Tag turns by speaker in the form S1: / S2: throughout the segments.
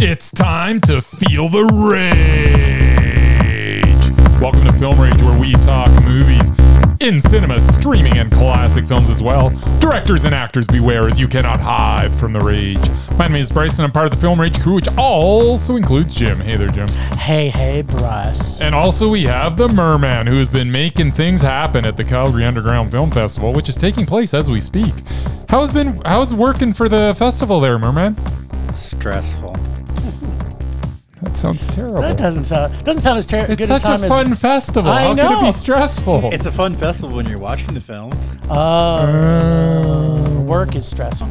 S1: It's time to feel the rage. Welcome to Film Rage, where we talk movies in cinema, streaming, and classic films as well. Directors and actors, beware, as you cannot hide from the rage. My name is Bryson. I'm part of the Film Rage crew, which also includes Jim. Hey there, Jim.
S2: Hey, hey, Bryce.
S1: And also, we have the Merman, who has been making things happen at the Calgary Underground Film Festival, which is taking place as we speak. How's been? How's working for the festival there, Merman?
S3: Stressful.
S1: That sounds terrible.
S2: That doesn't sound doesn't sound as ter-
S1: It's
S2: good
S1: such
S2: a time
S1: a fun
S2: as.
S1: festival.
S2: I
S1: How can it
S2: know.
S1: be stressful?
S3: It's a fun festival when you're watching the films.
S2: Uh, oh, work is stressful.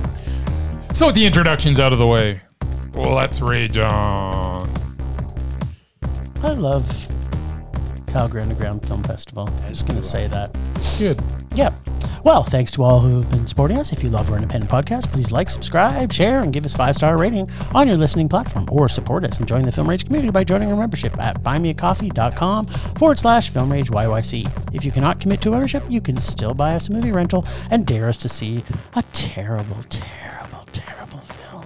S1: so with the introductions out of the way, let's rage on.
S2: I love Calgary Underground Film Festival. I'm just gonna say that.
S1: Good.
S2: Yep. Well, thanks to all who've been supporting us. If you love our independent podcast, please like, subscribe, share, and give us five star rating on your listening platform, or support us and join the Film Rage community by joining our membership at buymeacoffee.com forward slash Film Rage YYC. If you cannot commit to a membership, you can still buy us a movie rental and dare us to see a terrible, terrible, terrible film.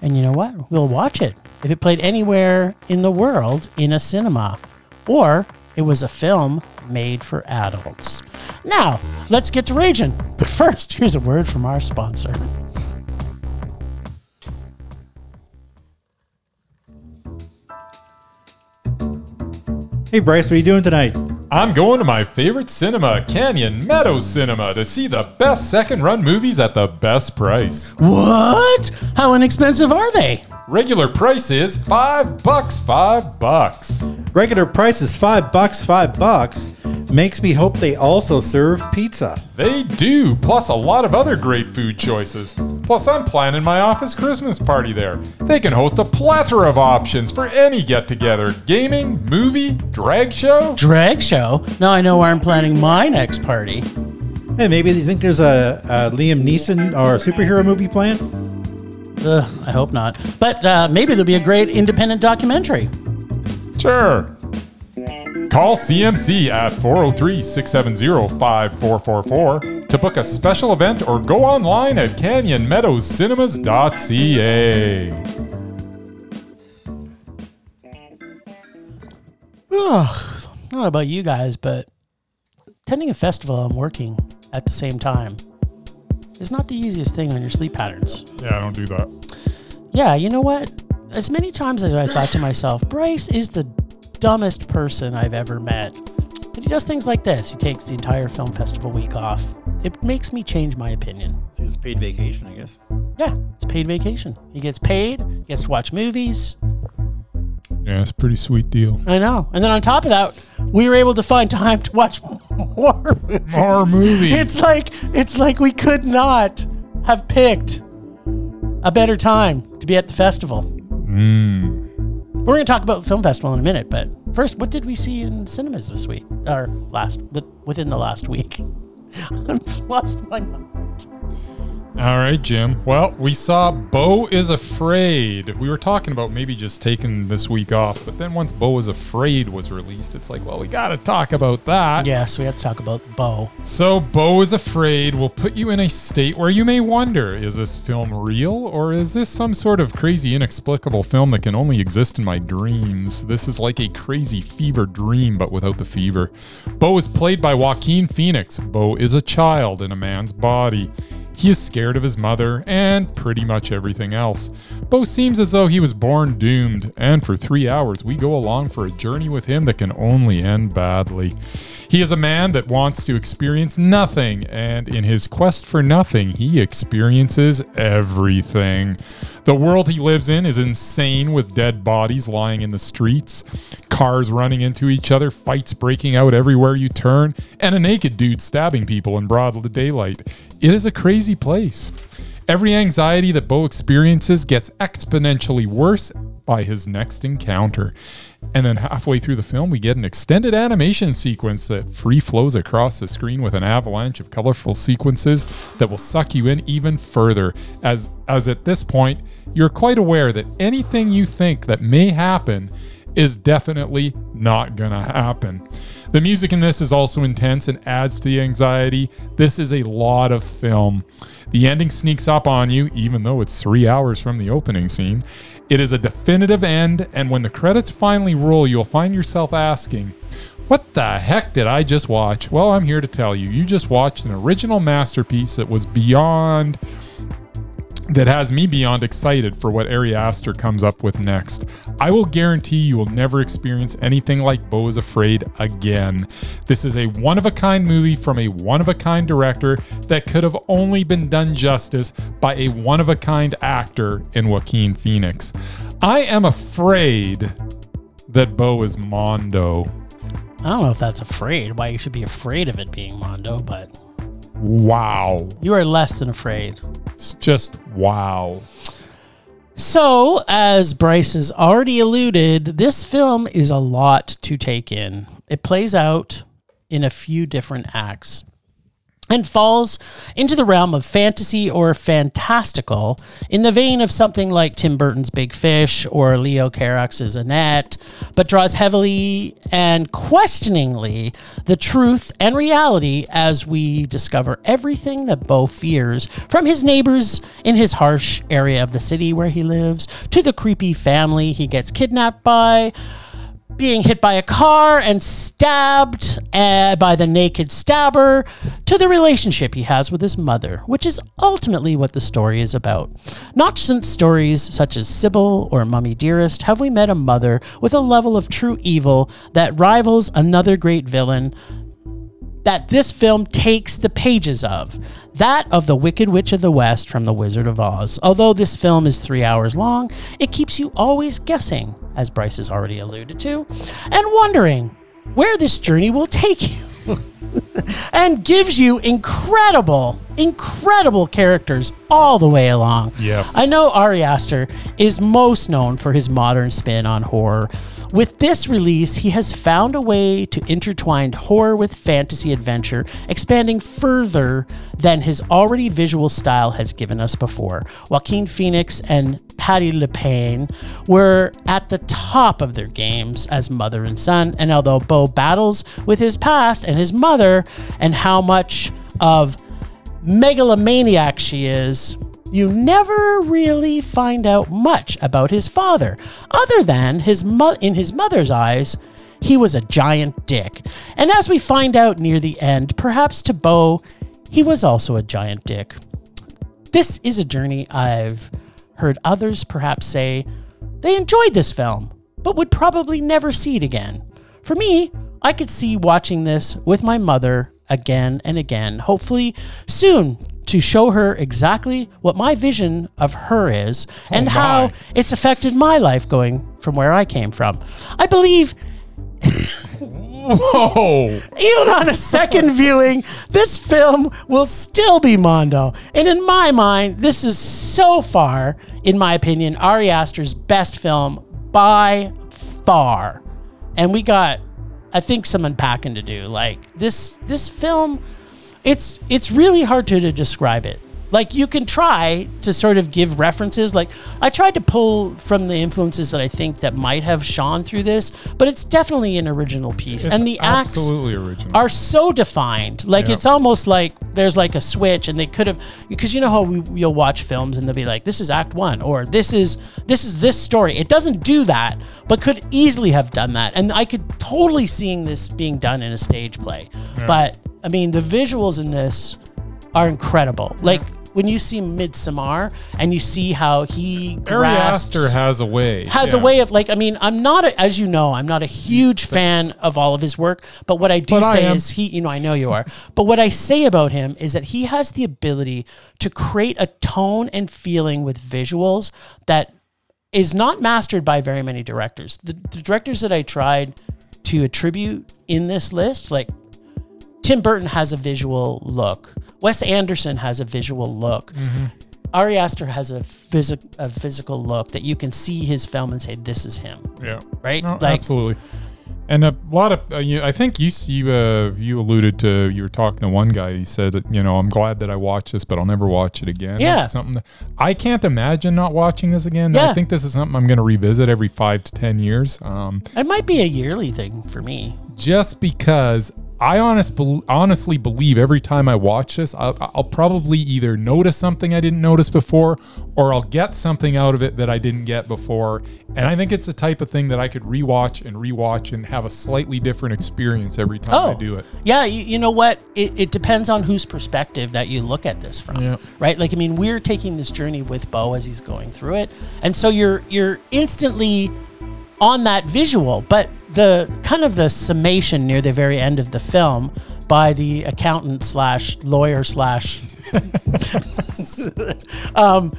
S2: And you know what? We'll watch it if it played anywhere in the world in a cinema, or it was a film made for adults. Now, let's get to raging. But first, here's a word from our sponsor.
S3: Hey Bryce, what are you doing tonight?
S1: I'm going to my favorite cinema, Canyon Meadow Cinema, to see the best second run movies at the best price.
S2: What? How inexpensive are they?
S1: Regular price is five bucks, five bucks.
S3: Regular price is five bucks, five bucks. Makes me hope they also serve pizza.
S1: They do, plus a lot of other great food choices. Plus, I'm planning my office Christmas party there. They can host a plethora of options for any get together gaming, movie, drag show.
S2: Drag show? Now I know where I'm planning my next party.
S3: Hey, maybe you think there's a, a Liam Neeson or a superhero movie planned?
S2: Ugh, I hope not. But uh, maybe there'll be a great independent documentary.
S1: Sure. Call CMC at 403 670 5444 to book a special event or go online at canyonmeadowscinemas.ca.
S2: I don't know about you guys, but attending a festival and working at the same time is not the easiest thing on your sleep patterns.
S1: Yeah, I don't do that.
S2: Yeah, you know what? As many times as I thought to myself, Bryce is the dumbest person I've ever met. But he does things like this. He takes the entire film festival week off. It makes me change my opinion.
S3: It's paid vacation, I guess.
S2: Yeah, it's paid vacation. He gets paid, he gets to watch movies.
S1: Yeah, it's a pretty sweet deal.
S2: I know. And then on top of that, we were able to find time to watch more movies.
S1: More movies.
S2: It's like it's like we could not have picked a better time to be at the festival. We're going to talk about film festival in a minute, but first, what did we see in cinemas this week or last with, within the last week? I've lost my mind.
S1: All right, Jim. Well, we saw Bo is Afraid. We were talking about maybe just taking this week off, but then once Bo is Afraid was released, it's like, well, we got to talk about that.
S2: Yes, we had to talk about Bo.
S1: So, Bo is Afraid will put you in a state where you may wonder is this film real or is this some sort of crazy, inexplicable film that can only exist in my dreams? This is like a crazy fever dream, but without the fever. Bo is played by Joaquin Phoenix. Bo is a child in a man's body. He is scared of his mother and pretty much everything else. Bo seems as though he was born doomed, and for three hours we go along for a journey with him that can only end badly. He is a man that wants to experience nothing, and in his quest for nothing, he experiences everything. The world he lives in is insane with dead bodies lying in the streets, cars running into each other, fights breaking out everywhere you turn, and a naked dude stabbing people in broad daylight. It is a crazy place. Every anxiety that Bo experiences gets exponentially worse by his next encounter. And then halfway through the film, we get an extended animation sequence that free flows across the screen with an avalanche of colorful sequences that will suck you in even further. As as at this point, you're quite aware that anything you think that may happen is definitely not gonna happen. The music in this is also intense and adds to the anxiety. This is a lot of film. The ending sneaks up on you, even though it's three hours from the opening scene. It is a definitive end, and when the credits finally roll, you'll find yourself asking, what the heck did I just watch? Well, I'm here to tell you. You just watched an original masterpiece that was beyond that has me beyond excited for what Ari Aster comes up with next. I will guarantee you will never experience anything like Bo is Afraid again. This is a one of a kind movie from a one of a kind director that could have only been done justice by a one of a kind actor in Joaquin Phoenix. I am afraid that Bo is Mondo.
S2: I don't know if that's afraid, why you should be afraid of it being Mondo, but
S1: Wow.
S2: you are less than afraid.
S1: It's just wow.
S2: So, as Bryce has already alluded, this film is a lot to take in. It plays out in a few different acts and falls into the realm of fantasy or fantastical in the vein of something like Tim Burton's Big Fish or Leo Carax's Annette, but draws heavily and questioningly the truth and reality as we discover everything that Bo fears from his neighbors in his harsh area of the city where he lives to the creepy family he gets kidnapped by being hit by a car and stabbed uh, by the naked stabber to the relationship he has with his mother, which is ultimately what the story is about. Not since stories such as Sybil or Mummy Dearest have we met a mother with a level of true evil that rivals another great villain that this film takes the pages of that of the Wicked Witch of the West from The Wizard of Oz. Although this film is three hours long, it keeps you always guessing, as Bryce has already alluded to, and wondering where this journey will take you. and gives you incredible, incredible characters all the way along.
S1: Yes.
S2: I know Ari Aster is most known for his modern spin on horror. With this release, he has found a way to intertwine horror with fantasy adventure, expanding further than his already visual style has given us before. Joaquin Phoenix and Patty LePain were at the top of their games as mother and son, and although Bo battles with his past and his mother and how much of megalomaniac she is, you never really find out much about his father, other than his mo- in his mother's eyes, he was a giant dick. And as we find out near the end, perhaps to Bo, he was also a giant dick. This is a journey I've heard others perhaps say they enjoyed this film, but would probably never see it again. For me, I could see watching this with my mother again and again, hopefully soon to show her exactly what my vision of her is and
S1: my.
S2: how it's affected my life going from where I came from. I believe
S1: Whoa.
S2: even on a second viewing, this film will still be Mondo. And in my mind, this is so far, in my opinion, Ari Aster's best film by far. And we got, I think, some unpacking to do. Like this, this film, it's it's really hard to, to describe it. Like you can try to sort of give references. Like I tried to pull from the influences that I think that might have shone through this, but it's definitely an original piece.
S1: It's
S2: and the acts
S1: absolutely original.
S2: are so defined. Like
S1: Yeah.
S2: it's almost like there's like a switch, and they could have because you know how we, you'll watch films and they'll be like, "This is Act One," or "This is this is this story." It doesn't do that, but could easily have done that. And I could totally seeing this being done in a stage play. But I mean, the visuals in this are incredible. Like when you see Midsommar and you see how he
S1: Ari
S2: grasps
S1: Aster has a way.
S2: has a
S1: Yeah.
S2: way of like I mean I'm not a, as you know I'm not a huge fan of all of his work but what I do
S1: But I
S2: say
S1: am.
S2: is he you know I know you are but what I say about him is that he has the ability to create a tone and feeling with visuals that is not mastered by very many directors the, the directors that I tried to attribute in this list like Tim Burton has a visual look Wes Anderson has a visual look
S1: Mm-hmm.
S2: Ari Aster has a, physic- a physical look that you can see his film and say, this is him,
S1: Yeah.
S2: right?
S1: No,
S2: like,
S1: absolutely. And a lot of, uh, you, I think you s- you uh, you alluded to you were talking to one guy. He said, that, you know, I'm glad that I watched this, but I'll never watch it again.
S2: Yeah.
S1: It's something that, I can't imagine not watching this again.
S2: Yeah.
S1: I think this is something I'm going to revisit every five to ten years. Um,
S2: It might be a yearly thing for me.
S1: just because I honest, bel honestly believe every time I watch this, I'll, I'll probably either notice something I didn't notice before, or I'll get something out of it that I didn't get before. And I think it's the type of thing that I could rewatch and rewatch and have a slightly different experience every time
S2: Oh,
S1: I do it.
S2: Yeah, you, you know what? It, it depends on whose perspective that you look at this from,
S1: Yeah.
S2: right? Like, I mean, we're taking this journey with Bo as he's going through it, and so you're you're instantly on that visual. But the kind of the summation near the very end of the film by the accountant slash lawyer slash um,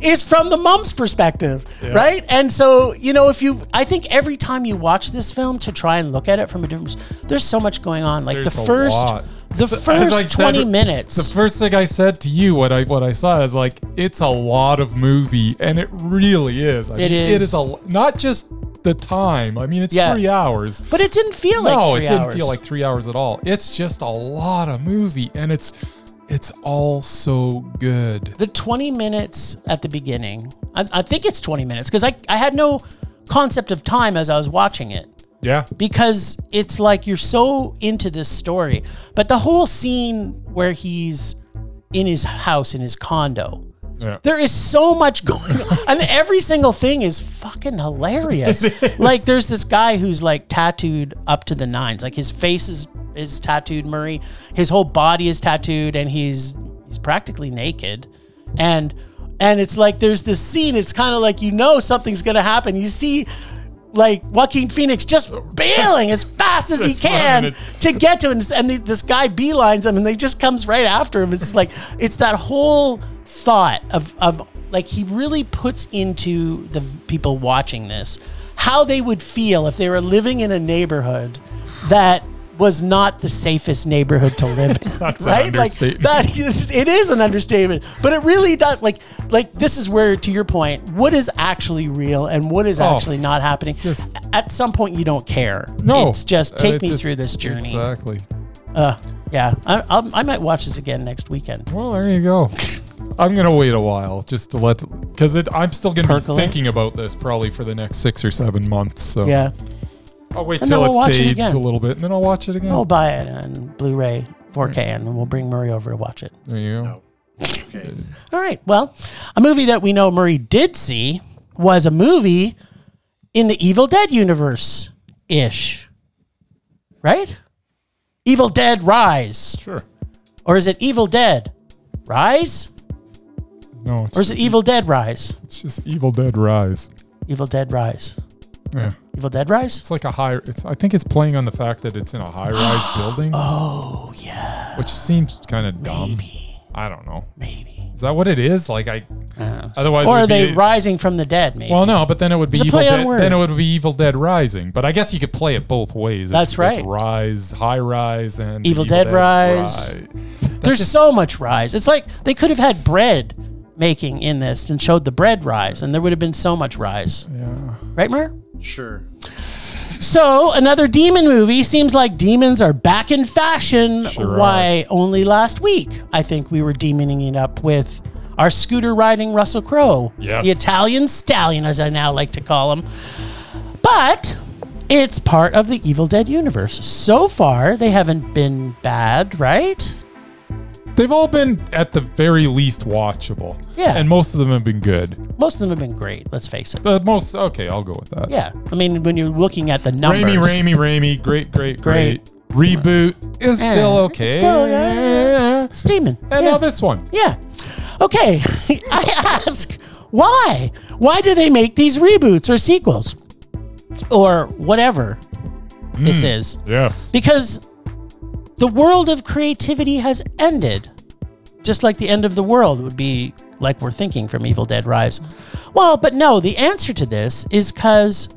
S2: is from the mom's perspective, right? And so, you know, if you, I think every time you watch this film to try and look at it from a different, there's so much going on. Like
S1: There's
S2: the
S1: a
S2: first,
S1: lot.
S2: the
S1: So, as I
S2: first
S1: said,
S2: 20
S1: The
S2: minutes.
S1: first thing I said to you, what I what I saw is like it's a lot of movie, and it really is. I
S2: It
S1: mean,
S2: is.
S1: It is a l- not just the time. I mean, it's
S2: Yeah.
S1: three hours.
S2: but it didn't feel like
S1: no,
S2: three
S1: it didn't
S2: hours.
S1: feel like three hours at all. It's just a lot of movie, and it's it's all so good.
S2: the 20 minutes at the beginning. I, I think it's 20 minutes because I, I had no concept of time as I was watching it.
S1: Yeah,
S2: because it's like you're so into this story. But the whole scene where he's in his house in his condo,
S1: Yeah.
S2: there is so much going on, and every single thing is fucking hilarious. Like there's this guy who's like tattooed up to the nines, like his face is is tattooed. Murray, his whole body is tattooed, and he's he's practically naked, and. And it's like there's this scene. It's kind of like you know something's gonna happen. You see like Joaquin Phoenix just bailing as fast as he
S1: just running
S2: can
S1: it.
S2: to get to him, and the, this guy beelines him, and they just comes right after him. It's just like it's that whole thought of of like he really puts into the people watching this how they would feel if they were living in a neighborhood that was not the safest neighborhood to live in.
S1: That's an
S2: right?
S1: understatement.
S2: Like that is, it is an understatement, but it really does. Like like this is where, to your point, what is actually real and what is
S1: Oh,
S2: actually not happening.
S1: just-
S2: at some point, you don't care.
S1: no,
S2: it's just
S1: uh,
S2: take
S1: it
S2: me
S1: just-
S2: through this journey.
S1: Exactly.
S2: Uh, yeah, I, I'll, I might watch this again next weekend.
S1: Well, there you go. I'm gonna wait a while just to let because I'm still gonna
S2: Percolate.
S1: be thinking about this probably for the next six or seven months. So
S2: Yeah,
S1: I'll wait
S2: And
S1: till
S2: then we'll watch
S1: it
S2: it
S1: fades
S2: again.
S1: a little bit, and then I'll watch it again.
S2: I'll buy it on Blu-ray, 4K,
S1: Hmm.
S2: and we'll bring Murray over to watch it.
S1: There you go.
S3: Okay.
S2: All right. Well, a movie that we know Murray did see was a movie in the Evil Dead universe ish. Right? Evil Dead Rise.
S1: Sure.
S2: Or is it Evil Dead Rise?
S1: No, it's,
S2: Or is it Evil Dead Rise?
S1: it's just Evil Dead Rise.
S2: Evil Dead Rise.
S1: Yeah.
S2: Evil Dead Rise?
S1: It's like a high. It's I think it's playing on the fact that it's in a high-rise building,
S2: Oh, yeah.
S1: which seems kind of dumb. I don't know.
S2: Maybe.
S1: Is that what it is? Like I.
S2: Uh,
S1: Otherwise, it
S2: or
S1: would
S2: are they
S1: be-
S2: rising from the dead, maybe?
S1: Well, no, but then it would be
S2: It's a
S1: Evil
S2: play on
S1: Dead.
S2: word.
S1: Then it would be Evil Dead Rising. But I guess you could play it both ways. It's-
S2: That's right.
S1: It's rise, high rise, and
S2: Evil Dead Rise.
S1: Ri-
S2: There's so much rise. It's like they could have had bread making in this and showed the bread rise, and there would have been so much rise.
S1: Yeah.
S2: Right, Mur?
S3: Sure.
S2: So, another demon movie seems like demons are back in fashion.
S1: Sure
S2: Why only last week? I think we were demoning it up with our scooter riding Russell Crowe,
S1: Yes.
S2: the Italian stallion, as I now like to call him. But it's part of the Evil Dead universe. So far, they haven't been bad, right?
S1: They've all been at the very least watchable.
S2: Yeah.
S1: And most of them have been good.
S2: Most of them have been great. Let's face it.
S1: The most. Okay, I'll go with that.
S2: Yeah, I mean, when you're looking at the numbers,
S1: Raimi, Raimi, Raimi. Great, great,
S2: Great.
S1: great. Reboot is
S2: Yeah.
S1: still
S2: It's
S1: okay.
S2: still, yeah, yeah, it's demon.
S1: And
S2: yeah.
S1: now this one.
S2: Yeah. Okay. I ask, why? Why do they make these reboots or sequels or whatever this is?
S1: Yes.
S2: Because the world of creativity has ended. Just like the end of the world would be like we're thinking from Evil Dead Rise. Well, but no, the answer to this is because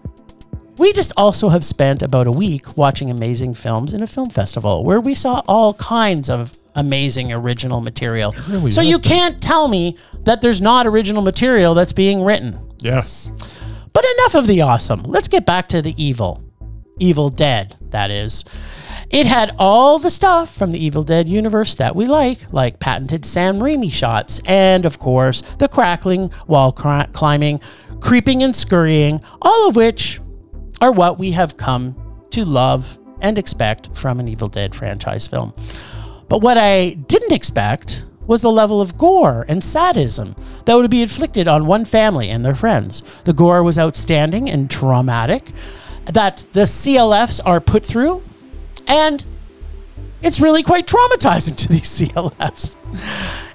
S2: we just also have spent about a week watching amazing films in a film festival where we saw all kinds of amazing original material.
S1: really
S2: so
S1: has
S2: you
S1: been.
S2: can't tell me that there's not original material that's being written.
S1: Yes.
S2: But enough of the awesome. Let's get back to the evil. Evil Dead, that is. It had all the stuff from the Evil Dead universe that we like, like patented Sam Raimi shots, and of course, the crackling, wall cri- climbing, creeping, and scurrying, all of which are what we have come to love and expect from an Evil Dead franchise film. But what I didn't expect was the level of gore and sadism that would be inflicted on one family and their friends. The gore was outstanding and traumatic that the CLFs are put through, and it's really quite traumatizing to these CLFs.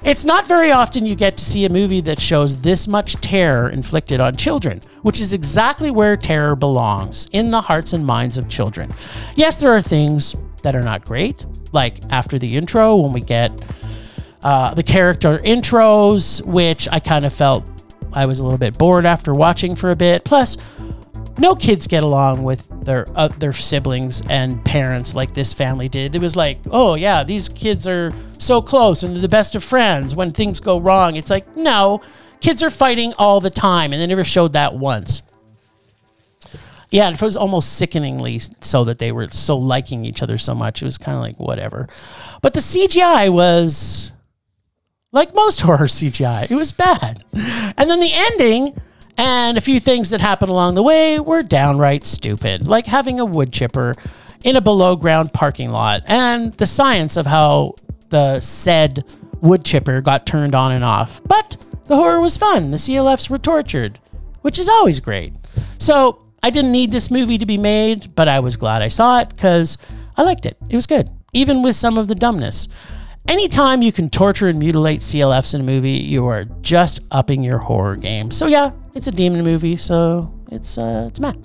S2: It's not very often you get to see a movie that shows this much terror inflicted on children, which is exactly where terror belongs in the hearts and minds of children. Yes, there are things that are not great, like after the intro when we get uh, the character intros, which I kind of felt I was a little bit bored after watching for a bit. Plus, no kids get along with their uh, their siblings and parents like this family did. It was like, oh yeah, these kids are so close and they're the best of friends. When things go wrong, it's like no, kids are fighting all the time, and they never showed that once. Yeah, it was almost sickeningly so that they were so liking each other so much. It was kind of like whatever, but the CGI was like most horror CGI. It was bad. And then the ending and a few things that happened along the way were downright stupid, like having a wood chipper in a below ground parking lot and the science of how the said wood chipper got turned on and off. But the horror was fun. The CLFs were tortured, which is always great. So I didn't need this movie to be made, but I was glad I saw it because I liked it. It was good, even with some of the dumbness. Anytime you can torture and mutilate CLFs in a movie, you are just upping your horror game. So yeah, it's a demon movie, so it's uh, it's mad.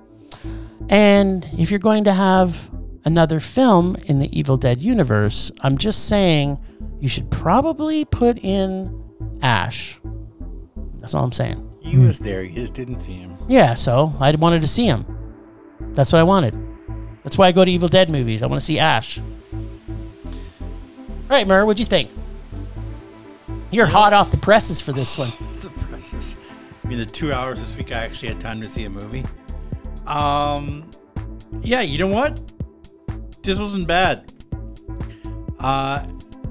S2: And if you're going to have another film in the Evil Dead universe, I'm just saying you should probably put in Ash. That's all I'm saying.
S4: He was there. You just didn't see him.
S2: Yeah, so I wanted to see him. That's what I wanted. That's why I go to Evil Dead movies. I want to see Ash. All right, Mur, what'd you think? You're hot off the presses for this one.
S4: The prices. I mean, the two hours this week, I actually had time to see a movie. Um, yeah, you know what? This wasn't bad. Uh,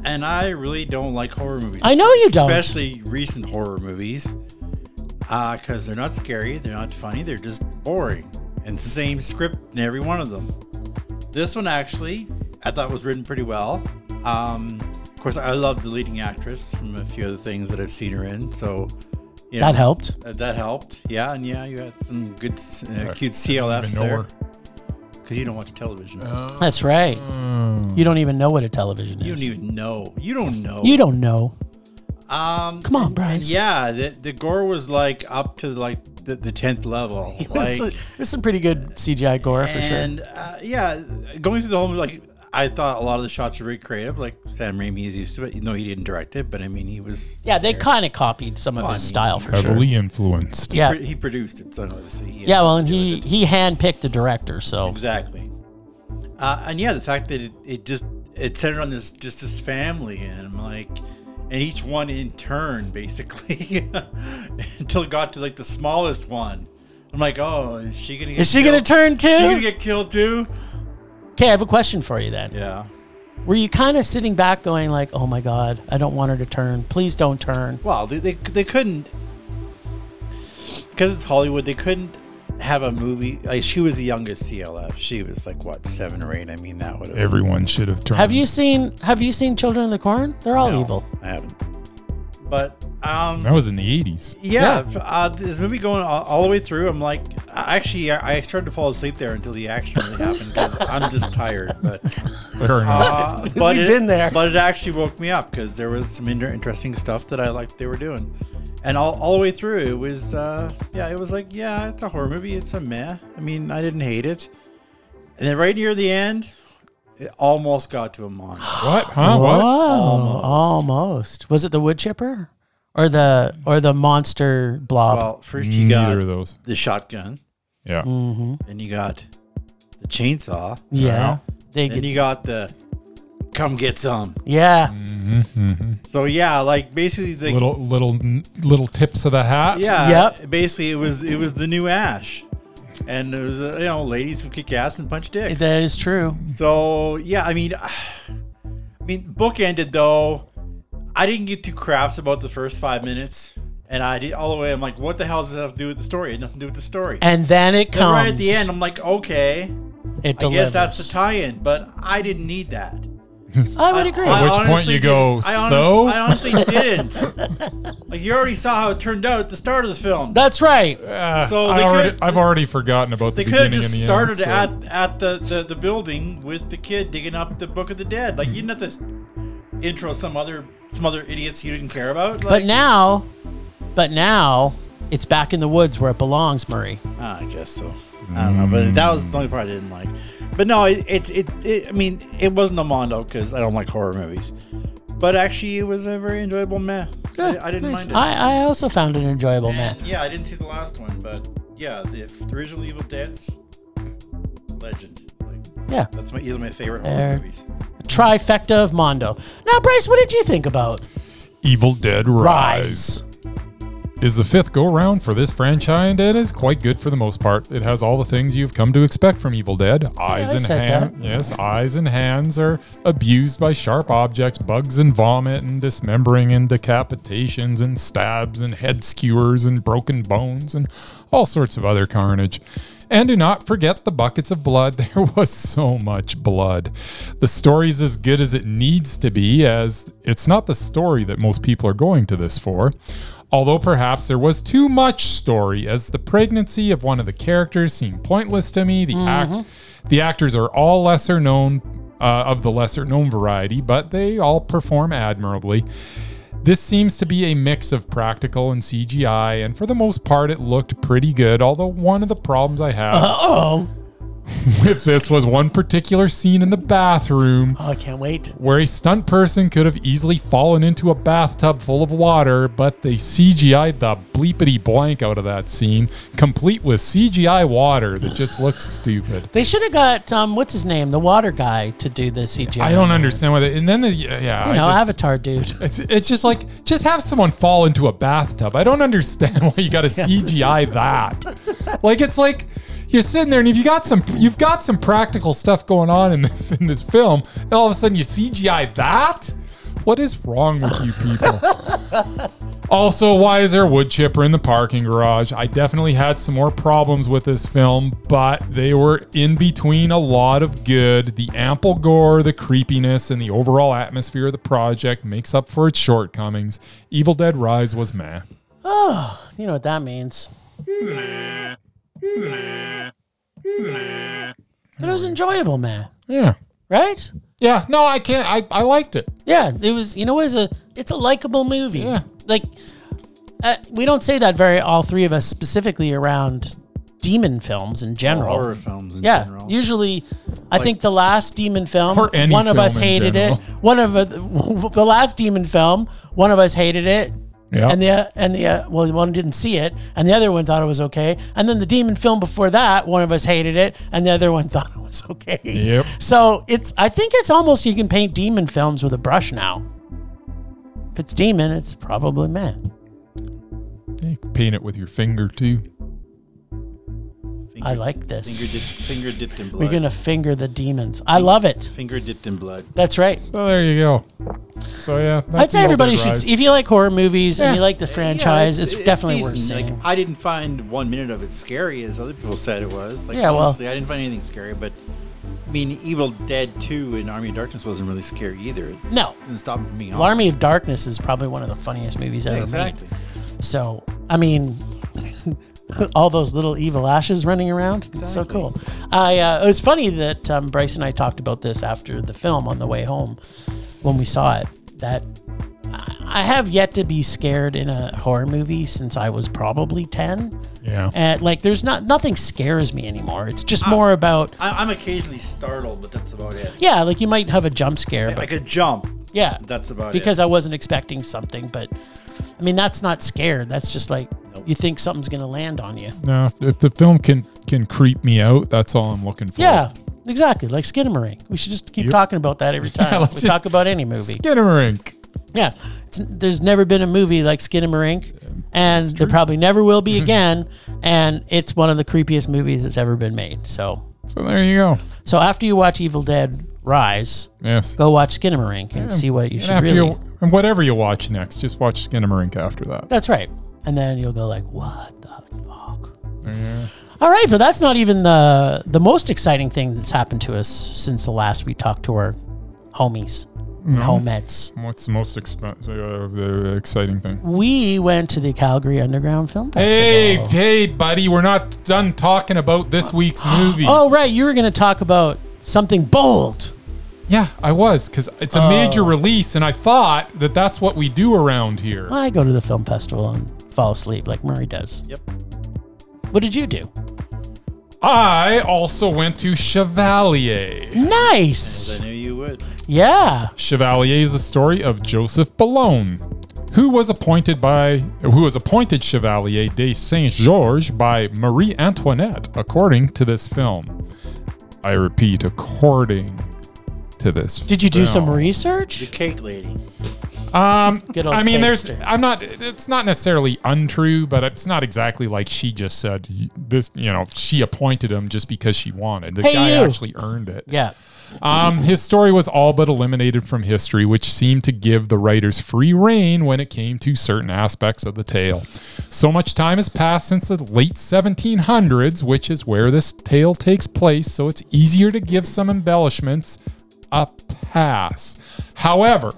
S4: and I really don't like horror movies.
S2: I know you don't.
S4: especially recent horror movies, because they're not scary, they're not funny, they're just boring, and it's the same script in every one of them. This one actually, I thought was written pretty well. Um, of course, I love the leading actress from a few other things that I've seen her in, so you
S2: That
S4: know,
S2: helped.
S4: that, that helped. Yeah, and yeah, you had some good, uh,
S1: Right.
S4: cute
S1: Even
S4: CLFs there
S1: nor-
S4: because you don't watch television.
S2: That's right. You don't even know what a television is.
S4: Mm. you don't even know. You don't know.
S2: You don't know.
S4: Um,
S2: Come on,
S4: and- and
S2: Bryce.
S4: yeah, the, the gore was like up to like the, the tenth level.
S2: There's
S4: like,
S2: some pretty good CGI gore for sure.
S4: and uh, yeah, going through the whole movie, like I thought a lot of the shots were very creative. Like Sam Raimi is used to it. No, he didn't direct it, but I mean, he was.
S2: Yeah, they kind of copied some of
S4: Well, I
S2: his
S4: mean,
S2: style for sure.
S1: Heavily influenced.
S2: Yeah,
S4: He produced it, so obviously. He had
S2: Uh, yeah. Well, and
S4: something to do with it.
S2: he he handpicked the director, so
S4: Exactly. Uh, and yeah, the fact that it, it just it centered on this just this family, and I'm like, and each one in turn, basically, until it got to like the smallest one. I'm like, oh, is she gonna? Get
S2: is she gonna
S4: killed?
S2: turn too?
S4: Is she gonna get killed too?
S2: okay, I have a question for you then.
S4: Yeah.
S2: Were you kind of sitting back, going like, "Oh my God, I don't want her to turn. Please don't turn."
S4: Well, they they, they couldn't because it's Hollywood. They couldn't have a movie. Like she was the youngest CLF. She was like what seven or eight. I mean, that would have.
S1: Everyone should have turned.
S2: Have you seen Have you seen Children of the Corn? They're all
S4: No,
S2: evil.
S4: Oh, I haven't. But um.
S1: That was in the 80s.
S4: Yeah, f Uh, this movie going all, all the way through. I'm like, I- actually, I, I started to fall asleep there until the action really happened because I'm just tired. But
S1: Fair enough.
S4: uh, but
S2: We've
S4: it,
S2: been there.
S4: But it actually woke me up because there was some inter- interesting stuff that I liked they were doing, and all, all the way through it was uh, yeah, it was like yeah, it's a horror movie. It's a meh. I mean, I didn't hate it, and then right near the end, it almost got to a monster.
S1: what? Huh? What?
S2: almost. Was it the wood chipper, or the or the monster blob?
S4: Well, first you
S1: Neither of
S4: got
S1: those.
S4: the shotgun,
S1: Yeah.
S2: Mm.
S4: then you got the chainsaw.
S2: yeah, they
S4: Then
S2: get,
S4: you got the come get some.
S2: yeah.
S4: So yeah, like basically the
S1: Little little little tips of the hat.
S4: yeah,
S2: Yep.
S4: basically it was it was the new Ash. and it was uh, you know ladies who kick ass and punch dicks.
S2: That is true.
S4: So yeah, I mean, I mean, bookended though. I didn't get too craps about the first five minutes, and I did all the way. I'm like, what the hell does that have to do with the story? It had nothing to do with the story.
S2: And then it
S4: Then
S2: comes.
S4: right at the end, I'm like, okay,
S2: it
S4: I guess
S2: delivers.
S4: that's the tie-in, but I didn't need that.
S2: I would agree.
S1: At
S4: I
S1: which point
S4: honestly
S1: you
S4: didn't-
S1: go,
S4: I honest-
S1: "So?"
S4: I honestly didn't. like you already saw how it turned out at the start of the film.
S2: that's right.
S1: Uh,
S4: So
S1: I
S4: they
S1: already,
S4: could-
S1: I've already forgotten about
S4: They
S1: the
S4: could have
S1: beginning
S4: just
S1: and the
S4: started
S1: end. so-
S4: at at the, the the building with the kid digging up the Book of the Dead. Like you didn't have to s- intro some other some other idiots you didn't care about.
S2: But
S4: Like,
S2: now, but now it's back in the woods where it belongs, Murray.
S4: Ah, I guess so. I don't know, but that was the only part I didn't like. But no, it it's it, it I mean it wasn't a mondo because I don't like horror movies. But actually, it was a very enjoyable meh. I, I didn't mind it.
S2: I, I also found it enjoyable, man.
S4: And, yeah, I didn't see the last one, but yeah, the original Evil Dead's legend. Like
S2: Yeah.
S4: that's my these are my favorite
S2: There.
S4: horror movies.
S2: Trifecta of Mondo. Now, Bryce, what did you think about
S1: Evil Dead Rise.
S2: Rise?
S1: Is the fifth go round for this franchise and it is quite good for the most part. It has all the things you've come to expect from Evil Dead. Eyes
S2: I
S1: and
S2: said
S1: hands. Yes, eyes and hands are abused by sharp objects, bugs and vomit, and dismembering and decapitations and stabs and head skewers and broken bones and all sorts of other carnage. And do not forget the buckets of blood. There was so much blood. The story's as good as it needs to be, as it's not the story that most people are going to this for. Although perhaps there was too much story, as the pregnancy of one of the characters seemed pointless to me. The act, the actors are all lesser known uh, of the lesser known variety, but they all perform admirably. This seems to be a mix of practical and CGI, and for the most part, it looked pretty good. Although one of the problems I have
S2: Oh,
S1: with this was one particular scene in the bathroom
S2: oh, I can't wait.
S1: where a stunt person could have easily fallen into a bathtub full of water, but they CGI'd the bleepity blank out of that scene, complete with CGI water that just looks stupid.
S2: They should have got um, what's his name, the water guy, to do the CGI.
S1: I don't understand why. They, and then the yeah, yeah
S2: You
S1: I
S2: know,
S1: just,
S2: Avatar dude.
S1: It's, it's just like just have someone fall into a bathtub. I don't understand why you got to CGI that. Like it's like you're sitting there and if you got some you've got some practical stuff going on in, th- in this film, and all of a sudden you CGI that. What is wrong with you people? Also, why is there a wood chipper in the parking garage? I definitely had some more problems with this film, but they were in between a lot of good. The ample gore, the creepiness, and the overall atmosphere of the project makes up for its shortcomings. Evil Dead Rise was meh.
S2: You know what that means. But it was enjoyable, man.
S1: Yeah.
S2: Right?
S1: Yeah. No, I can't. I, I liked it.
S2: Yeah, it was. You know, it was a it's a likable movie.
S1: Yeah.
S2: Like, uh, we don't say that very. All three of us specifically around demon films in general.
S4: Horror films in
S2: yeah,
S4: general.
S2: usually, I think the last demon film,
S1: Or any
S2: one of
S1: film
S2: us
S1: in
S2: hated it.
S1: general.
S2: One of uh, the last demon film, one of us hated it.
S1: Yeah.
S2: And the and the uh, well, one didn't see it, and the other one thought it was okay. And then the demon film before that, one of us hated it, and the other one thought it was okay.
S1: Yep.
S2: So it's I think it's almost you can paint demon films with a brush now. If it's demon, it's probably man.
S1: You can paint it with your finger, too.
S4: Finger-
S2: I like this.
S4: Finger dipped, finger dipped in blood.
S2: We're gonna finger the demons. I love it.
S4: finger dipped in blood.
S2: That's right.
S1: So Oh, there you go. So yeah. that's
S2: I'd say
S1: Evil
S2: everybody
S1: Dead
S2: should.
S1: Rise.
S2: If you like horror movies and
S1: Yeah.
S2: you like the franchise,
S4: Yeah,
S2: it's, definitely worth
S4: decent.
S2: seeing.
S4: Like, I didn't find one minute of it scary as other people said it was. Like,
S2: Yeah, well-
S4: honestly, I didn't find anything scary. But I mean, Evil Dead Two and Army of Darkness wasn't really scary either. It
S2: no,
S4: didn't stop me from being awesome.
S2: Army of Darkness is probably one of the funniest movies ever
S4: exactly.
S2: made. So, I mean, all those little evil ashes running around. It's so cool. I uh, it was funny that um, Bryce and I talked about this after the film on the way home when we saw it. That I- I have yet to be scared in a horror movie since I was probably ten.
S1: Yeah.
S2: And like, there's not nothing scares me anymore. It's just more about
S4: I, I'm occasionally startled, but that's about it.
S2: Yeah, like you might have a jump scare, but
S4: Like a jump.
S2: yeah,
S4: That's about
S2: because
S4: it.
S2: I wasn't expecting something. But I mean, that's not scared. That's just like you think something's gonna land on you.
S1: No, if the film can can creep me out, that's all I'm looking for.
S2: Yeah, exactly. Like Skinamarink. We should just keep
S1: Yep.
S2: talking about that every time
S1: let's
S2: we
S1: just-
S2: talk about any movie.
S1: Skinamarink.
S2: yeah, it's, there's never been a movie like Skinamarink and there probably never will
S1: Mm-hmm.
S2: be again. and it's one of the creepiest movies that's ever been made. So,
S1: So there you go.
S2: so after you watch Evil Dead Rise,
S1: Yes.
S2: go watch Skinamarink and see what you
S1: and
S2: should
S1: after
S2: really.
S1: you, and whatever you watch next, just watch Skinamarink after that.
S2: that's right, and then you'll go like, "What the fuck."
S1: There you
S2: All right, but that's not even the the most exciting thing that's happened to us since the last we talked to our homies, and homettes.
S1: go. What's the most exp- uh, uh, exciting thing?
S2: We went to the Calgary Underground Film Festival.
S1: Hey, hey, buddy, we're not done talking about this week's movies.
S2: Oh right, you were going to talk about something bold.
S1: Yeah, I was, because it's a
S2: Oh.
S1: major release, and I thought that that's what we do around here.
S2: I go to the film festival and fall asleep like Murray does.
S4: Yep.
S2: What did you do?
S1: I also went to Chevalier.
S4: I
S2: Nice.
S4: knew you would.
S2: Yeah.
S1: Chevalier is the story of Joseph Ballone, who was appointed by who was appointed Chevalier de Saint Georges by Marie Antoinette, according to this film. I repeat, according to this.
S2: Did you do some
S1: film.
S4: The
S2: research?
S4: cake lady.
S1: Um,
S2: Good old
S1: I mean, there's.
S2: gangster.
S1: I'm not. It's not necessarily untrue, but it's not exactly like she just said. This, you know, she appointed him just because she wanted. The
S2: Hey,
S1: guy
S2: you.
S1: actually earned it.
S2: Yeah.
S1: Um, his story was all but eliminated from history, which seemed to give the writers free rein when it came to certain aspects of the tale. So much time has passed since the late 1700s, which is where this tale takes place, so it's easier to give some embellishments a pass. However,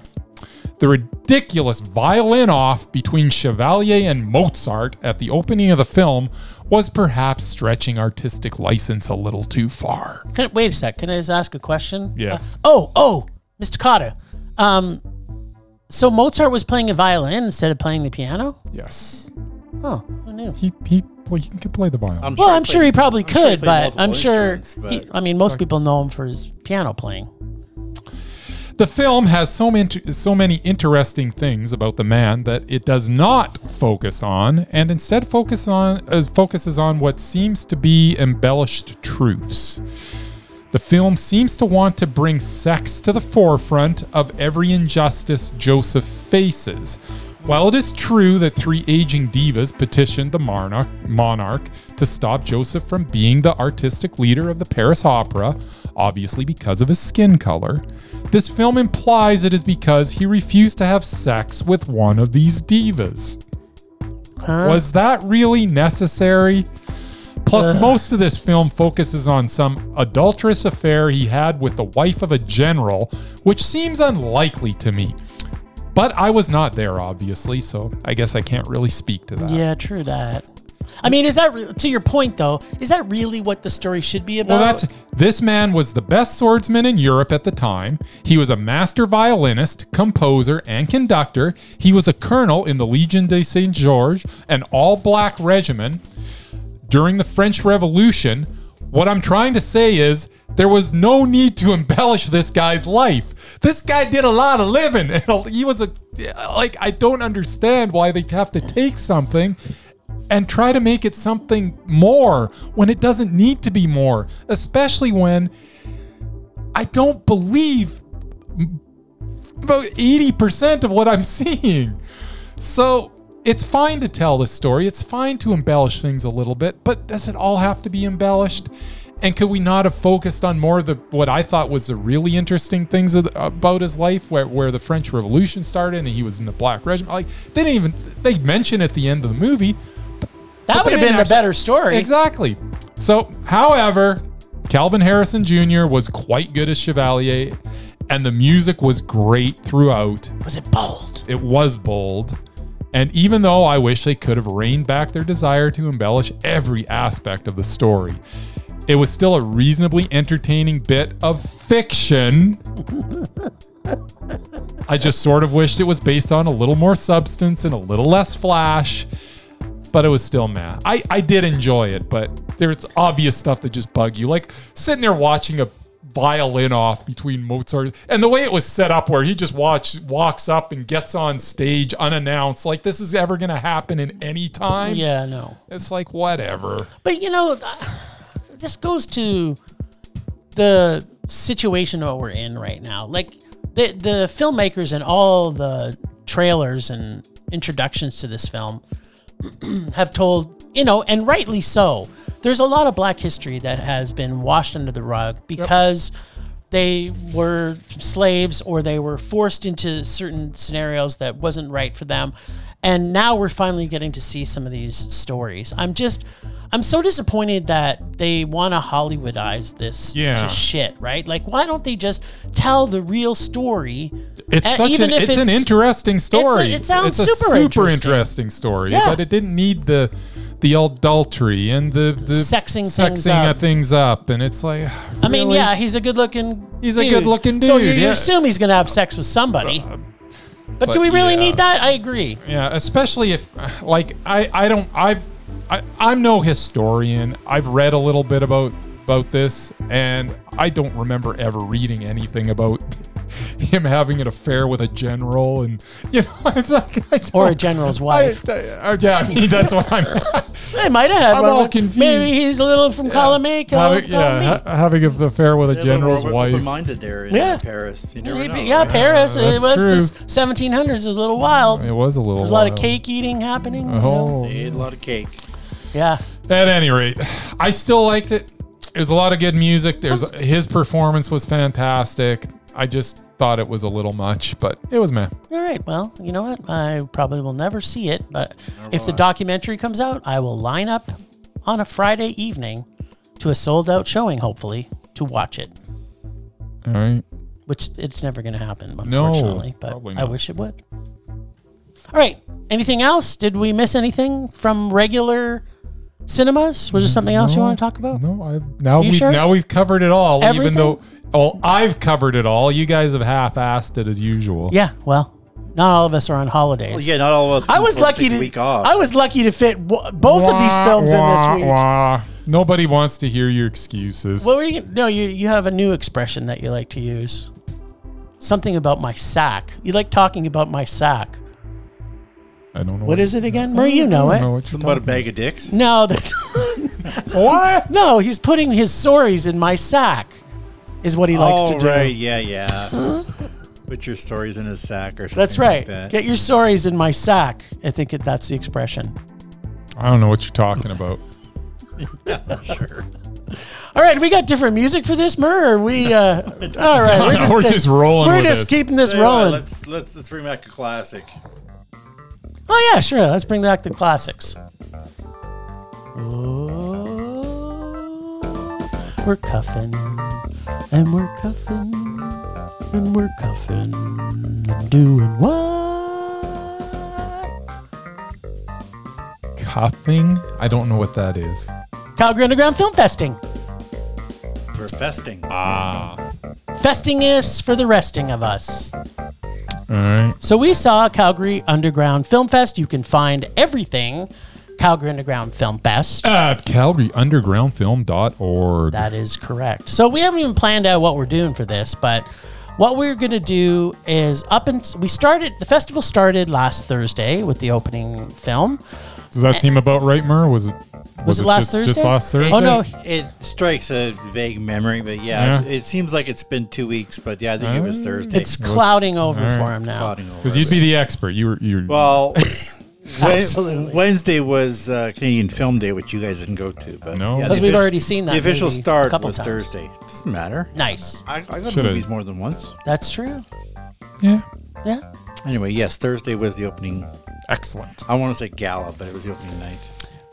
S1: the ridiculous violin off between Chevalier and Mozart at the opening of the film was perhaps stretching artistic license a little too far.
S2: Can, wait a sec. Can I just ask a question?
S1: Yes.
S2: Oh, oh, Mr. Cotta. Um, so Mozart was playing a violin instead of playing the piano.
S1: Yes.
S2: Oh, who knew?
S1: He he well, he can play the violin.
S2: Well, I'm
S4: played-
S2: sure he probably
S4: sure he
S2: could,
S4: played
S2: but
S4: multiple
S2: I'm sure.
S4: instruments,
S2: he-
S4: but-
S2: I mean, most people know him for his piano playing.
S1: the film has so many so many interesting things about the man that it does not focus on, and instead focus on uh, focuses on what seems to be embellished truths. The film seems to want to bring sex to the forefront of every injustice Joseph faces. While it is true that three aging divas petitioned the monarch, monarch to stop Joseph from being the artistic leader of the Paris Opera, obviously because of his skin color, this film implies it is because he refused to have sex with one of these divas.
S2: Huh?
S1: Was that really necessary? Plus, most of this film focuses on some adulterous affair he had with the wife of a general, which seems unlikely to me. But I was not there, obviously, so I guess I can't really speak to that.
S2: yeah, true that. I mean, is that re- to your point though? Is that really what the story should be about?
S1: Well, that's this man was the best swordsman in Europe at the time. He was a master violinist, composer, and conductor. He was a colonel in the Legion de Saint Georges, an all black regiment. During the French Revolution, what I'm trying to say is there was no need to embellish this guy's life. This guy did a lot of living. and He was a, like, I don't understand why they have to take something and try to make it something more when it doesn't need to be more, especially when I don't believe about 80% of what I'm seeing. So it's fine to tell the story, it's fine to embellish things a little bit, but does it all have to be embellished? And could we not have focused on more of the what I thought was the really interesting things of- about his life, where, where the French Revolution started and he was in the Black Regiment? Like they didn't even they mention at the end of the movie,
S2: that
S1: but
S2: would
S1: they
S2: have been
S1: didn't
S2: a
S1: actually-
S2: better story.
S1: Exactly. So, however, Calvin Harrison Jr. was quite good as Chevalier, and the music was great throughout.
S2: Was it bold?
S1: It was bold. And even though I wish they could have reined back their desire to embellish every aspect of the story, it was still a reasonably entertaining bit of fiction. I just sort of wished it was based on a little more substance and a little less flash, but it was still meh. I, I did enjoy it, but there's obvious stuff that just bug you. Like sitting there watching a violin off between Mozart and the way it was set up where he just watch walks up and gets on stage unannounced. Like this is ever gonna happen in any time.
S2: Yeah, no.
S1: It's like whatever.
S2: But you know, uh, this goes to the situation that we're in right now. Like the the filmmakers and all the trailers and introductions to this film have told, you know, and rightly so, there's a lot of black history that has been washed under the rug because they were slaves or they were forced into certain scenarios that wasn't right for them. And now we're finally getting to see some of these stories. I'm just, I'm so disappointed that they want to Hollywoodize this
S1: Yeah.
S2: to shit, right? Like, why don't they just tell the real story?
S1: It's
S2: And
S1: such
S2: E, even
S1: an
S2: if
S1: it's, an
S2: it's-
S1: interesting story.
S2: it
S1: It's
S2: sounds
S1: a
S2: super interesting.
S1: interesting story,
S2: Yeah.
S1: but it didn't need the the adultery and the, the
S2: Sexing things
S1: sexing
S2: up.
S1: of things up. And it's like,
S2: I mean,
S1: really?
S2: yeah, he's a good looking.
S1: He's a good-looking
S2: So you,
S1: dude,
S2: you
S1: yeah.
S2: assume he's gonna have sex with somebody. but, do
S1: but
S2: we really
S1: yeah.
S2: need that? I agree.
S1: Yeah, especially if like I I don't I've I, I'm no historian. I've read a little bit about about this and I don't remember ever reading anything about him having an affair with a general and you know it's like I don't-
S2: Or a general's wife.
S1: I, I- yeah, I mean that's what I'm
S2: They might have had
S1: I'm
S2: one.
S1: all
S2: but
S1: confused.
S2: Maybe he's a little from column A, column,
S1: having, yeah, ha- having an affair with a general's wife.
S4: Reminded there in
S2: Yeah.
S4: uh, Paris. You never
S2: Maybe,
S4: know,
S2: yeah,
S4: right?
S2: Paris.
S1: that's
S2: it was
S1: true.
S2: this 1700s. It was a little wild.
S1: It was a little
S2: There's a lot of
S1: wild.
S2: cake eating happening. you know?
S1: Oh.
S4: They ate a lot of cake.
S2: Yeah.
S1: At any rate, I still liked it. There's a lot of good music. There's his performance was fantastic. I just thought it was a little much, but it was meh.
S2: All right. Well, you know what? I probably will never see it, but if the documentary comes out, I will line up on a Friday evening to a sold out showing, hopefully, to watch it.
S1: All right.
S2: which it's never going to happen,
S1: No,
S2: unfortunately. but
S1: probably
S2: I
S1: not.
S2: wish it would. All right. Anything else? Did we miss anything from regular cinemas? Was there something else you
S1: No.
S2: want to talk about?
S1: No, I've now
S2: You
S1: we
S2: sure?
S1: now we've covered it all. Even
S2: Everything?
S1: though well, I've covered it all. You guys have half-assed it as usual.
S2: Yeah. Well, not all of us are on holidays.
S4: Well, yeah, not all of us.
S2: I
S4: can
S2: was
S4: afford
S2: lucky
S4: take a
S2: to.
S4: week off.
S2: I was lucky to fit w- both of these
S1: Wah,
S2: films
S1: wah,
S2: in this week.
S1: wah. Nobody wants to hear your excuses.
S2: What were you? gonna- No, you you have a new expression that you like to use. Something about my sack. You like talking about my sack.
S1: I don't know.
S2: What is it again? Murray, you know
S1: I
S2: it.
S1: don't know what you're
S4: Something about a
S1: talking
S4: bag of dicks.
S2: No, that's.
S1: What?
S2: No, he's putting his sorries in my sack, is what he likes to
S4: Oh,
S2: do.
S4: right, yeah, yeah. Put your stories in a sack or something.
S2: That's right.
S4: Like that.
S2: Get your sorries in my sack. I think it, that's the expression.
S1: I don't know what you're talking about.
S4: sure.
S2: All right, we got different music for this, Mer. Or we uh, all right. We're just, uh,
S1: We're just rolling
S2: We're
S1: with
S2: just
S1: this.
S2: keeping this
S4: Tell you what,
S2: rolling.
S4: Let's let's let's bring back a classic.
S2: Oh yeah, sure. Let's bring back the classics. Oh, we're cuffing and we're cuffing and we're cuffing and doing what?
S1: Cuffing? I don't know what that is.
S2: Calgary Underground Film Festing.
S4: We're festing.
S2: Festing is for the resting of us.
S1: All right.
S2: So we saw Calgary Underground Film Fest. You can find everything Calgary Underground Film Fest.
S1: At CalgaryUndergroundFilm.org.
S2: That is correct. So we haven't even planned out what we're doing for this, but what we're going to do is up and we started the festival started last Thursday with the opening film.
S1: Does that seem about right, Mur? Was it was,
S2: it last
S1: just, Just
S2: Thursday?
S1: last Thursday?
S2: Oh, no.
S4: It strikes a vague memory, but yeah,
S1: Yeah.
S4: it seems like it's been two weeks. But yeah, I think it was Thursday.
S2: Uh, It's clouding over
S1: all right.
S2: for him now.
S4: clouding over.
S1: Because you'd be the expert. You were you.
S4: well. Wed-
S2: Absolutely.
S4: Wednesday was uh, Canadian Film Day, which you guys didn't go to, but
S1: No.
S4: yeah,
S2: Because
S4: the
S2: we've
S4: offi-
S2: already seen that
S4: The official
S2: movie a
S4: start
S2: couple
S4: was
S2: times.
S4: Thursday. Doesn't matter.
S2: Nice.
S4: I, I go to
S1: Shoulda.
S4: movies more than once.
S2: That's true.
S1: yeah.
S2: Yeah.
S4: Anyway, yes, Thursday was the opening.
S1: Excellent.
S4: I want to say gala, but it was the opening night.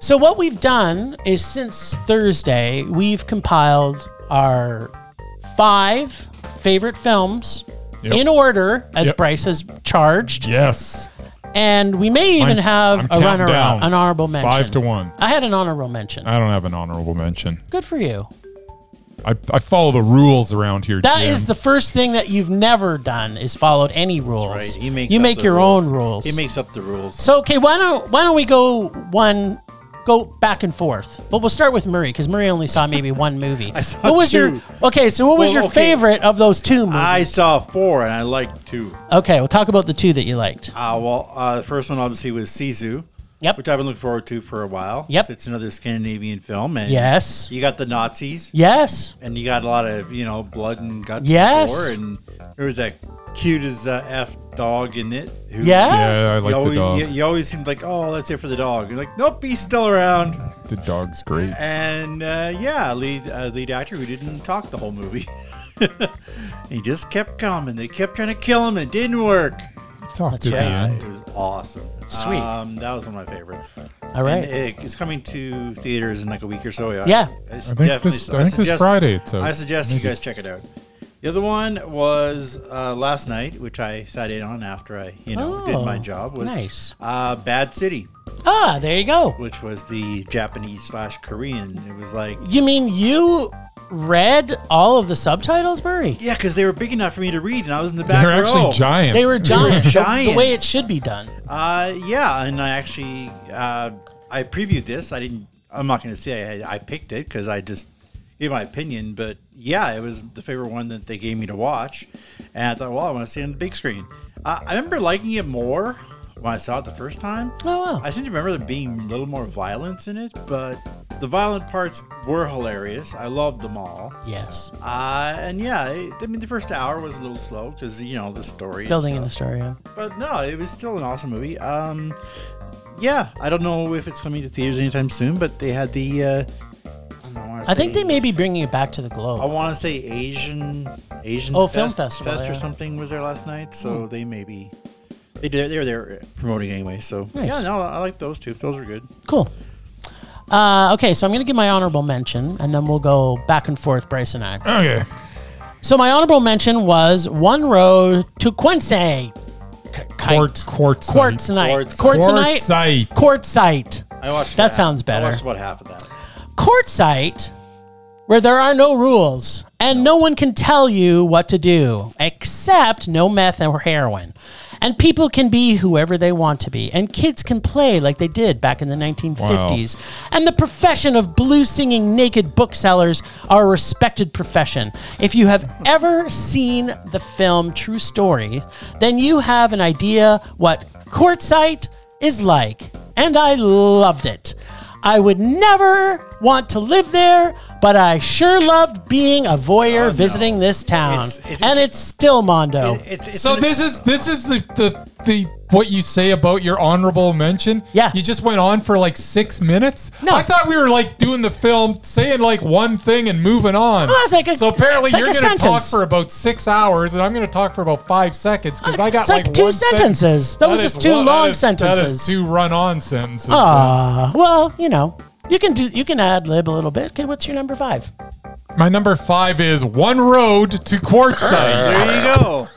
S2: So what we've done is since Thursday, we've compiled our five favorite films
S1: Yep.
S2: in order as
S1: Yep.
S2: Bryce has charged,
S1: Yes.
S2: and we may even
S1: I'm-
S2: have
S1: I'm
S2: a
S1: counting
S2: runner up,
S1: down.
S2: an honorable mention.
S1: Five to one. Uh,
S2: I had an honorable mention.
S1: I don't have an honorable mention.
S2: Good for you.
S1: I, I follow the rules around here.
S2: That is
S1: Jim.
S2: the first thing that you've never done is followed any rules.
S4: Right. He makes
S2: you
S4: up
S2: make
S4: the
S2: your
S4: rules.
S2: own rules.
S4: He makes up the rules.
S2: So okay, why don't why don't we go one go back and forth? But we'll start with Murray because Murray only saw maybe one movie.
S4: I saw
S2: what was your
S4: two.
S2: okay? So what was
S4: Well,
S2: your
S4: okay.
S2: favorite of those two movies?
S4: I saw four and I liked two.
S2: okay, we'll talk about the two that you liked.
S4: Uh, well, uh, the first one obviously was Sisu,
S2: Yep.
S4: which I've been looking forward to for a while.
S2: Yep.
S4: So it's another Scandinavian film. And
S2: Yes.
S4: You got the Nazis
S2: Yes.
S4: and you got a lot of, you know, blood and guts.
S2: Yes.
S4: And gore, and there was that cute as uh, F dog in it. who-
S2: Yeah?
S1: Yeah, I
S4: you
S1: like the
S4: always,
S1: dog.
S4: You, you always seemed like, oh, that's it for the dog. You're like, nope, he's still around.
S1: The dog's great.
S4: And uh, yeah, lead uh, lead actor who didn't talk the whole movie. he just kept coming. They kept trying to kill him. It didn't work.
S1: Talk
S2: That's
S1: to the
S2: right.
S1: end.
S4: It was awesome.
S2: Sweet.
S4: Um, that was one of my favorites.
S2: All right.
S4: And it- it's coming to theaters in like a week or so.
S2: Yeah.
S4: I,
S1: I think this, I think this Friday it's out.
S4: I suggest you guys check it out. The other one was uh, last night, which I sat in on after I, you know, did my
S2: Oh,
S4: job. Was
S2: nice.
S4: uh, Bad City,
S2: Ah, there you go.
S4: which was the Japanese slash Korean. It was like,
S2: You mean you read all of the subtitles, Murray?
S4: yeah, because they were big enough for me to read, and I was in the back
S1: They're actually
S4: row.
S1: giant.
S2: They were giant. the- The
S4: giant.
S2: way it should be done.
S4: Uh, yeah, and I actually uh, I previewed this. I didn't. I'm not going to say I, I picked it because I just gave my opinion. But yeah, it was the favorite one that they gave me to watch, and I thought, well, I want to see it on the big screen. Uh, I remember liking it more when I saw it the first time.
S2: Oh, wow.
S4: I seem to remember there being a little more violence in it, but the violent parts were hilarious. I loved them all.
S2: yes.
S4: Uh, and yeah, I I mean, the first hour was a little slow because you know the story. and
S2: Building in the story. yeah.
S4: but no, it was still an awesome movie. Um, yeah, I don't know if it's coming to theaters anytime soon, but they had the. Uh, I, don't wanna
S2: I think
S4: say-
S2: they may be bringing it back to the
S4: I
S2: globe.
S4: want to say Asian Asian.
S2: Oh, Film Festival,
S4: Fest
S2: yeah. Hmm.
S4: or something was there last night, so they may be. They did. They were there uh, promoting anyway, so
S2: Nice.
S4: yeah. No, I like those two. Those were good.
S2: Cool. Uh, okay, so I'm going to give my honorable mention, and then we'll go back and forth, Bryce and I.
S1: okay.
S2: So my honorable mention was One Road to Quincy.
S1: Quart, quartzite.
S2: Quartzite. Quartzite.
S1: Quartzite.
S2: Quartzite.
S4: I watched.
S2: That
S4: about-
S2: sounds better.
S4: I watched about half of that.
S2: Quartzite, where there are no rules and no one can tell you what to do except no meth or heroin. And people can be whoever they want to be. And kids can play like they did back in the 1950s. And the profession of blue singing naked booksellers are a respected profession. If you have ever seen the film True Story, then you have an idea what quartzite is like. And I loved it. I would never want to live there, but I sure loved being a voyeur
S4: no.
S2: visiting this town.
S4: It's- it's-
S2: and it's still Mondo.
S4: It- it's, it's
S1: So
S4: an-
S1: this is this is the, the the what you say about your honorable mention.
S2: Yeah.
S1: you just went on for like six minutes.
S2: No.
S1: I thought we were like doing the film, saying like one thing and moving on.
S2: it's like a-
S1: so apparently
S2: it's like
S1: you're
S2: a
S1: gonna talk
S2: sentence.
S1: for about six hours, and I'm gonna talk for about five seconds because I got
S2: It's like two
S1: one sentence.
S2: sentences. That was
S1: is
S2: just two
S1: one-
S2: long
S1: that is- That
S2: sentences.
S1: is two run-on sentences.
S2: Ah, well, you know, you can do you can ad lib a little bit. Okay, what's your number five?
S1: My number five is One Road to Quartzsite.
S4: there you go.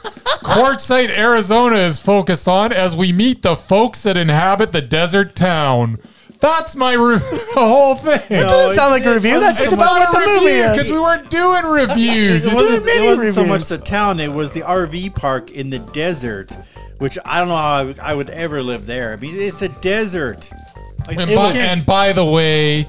S1: Quartzsite, Arizona is focused on as we meet the folks that inhabit the desert town. That's my re- the whole thing.
S4: doesn't
S2: Oh,
S4: sound like a
S5: review. That's
S1: It's about what the movie because we weren't doing reviews.
S4: It
S1: It's-
S4: wasn't,
S5: mini
S4: it wasn't so much
S5: reviews.
S4: the town; it was the RV park in the desert, which I don't know how I would, I would ever live there. I mean, it's a desert. Like,
S1: and,
S4: it
S1: by,
S4: was-
S1: and by the way,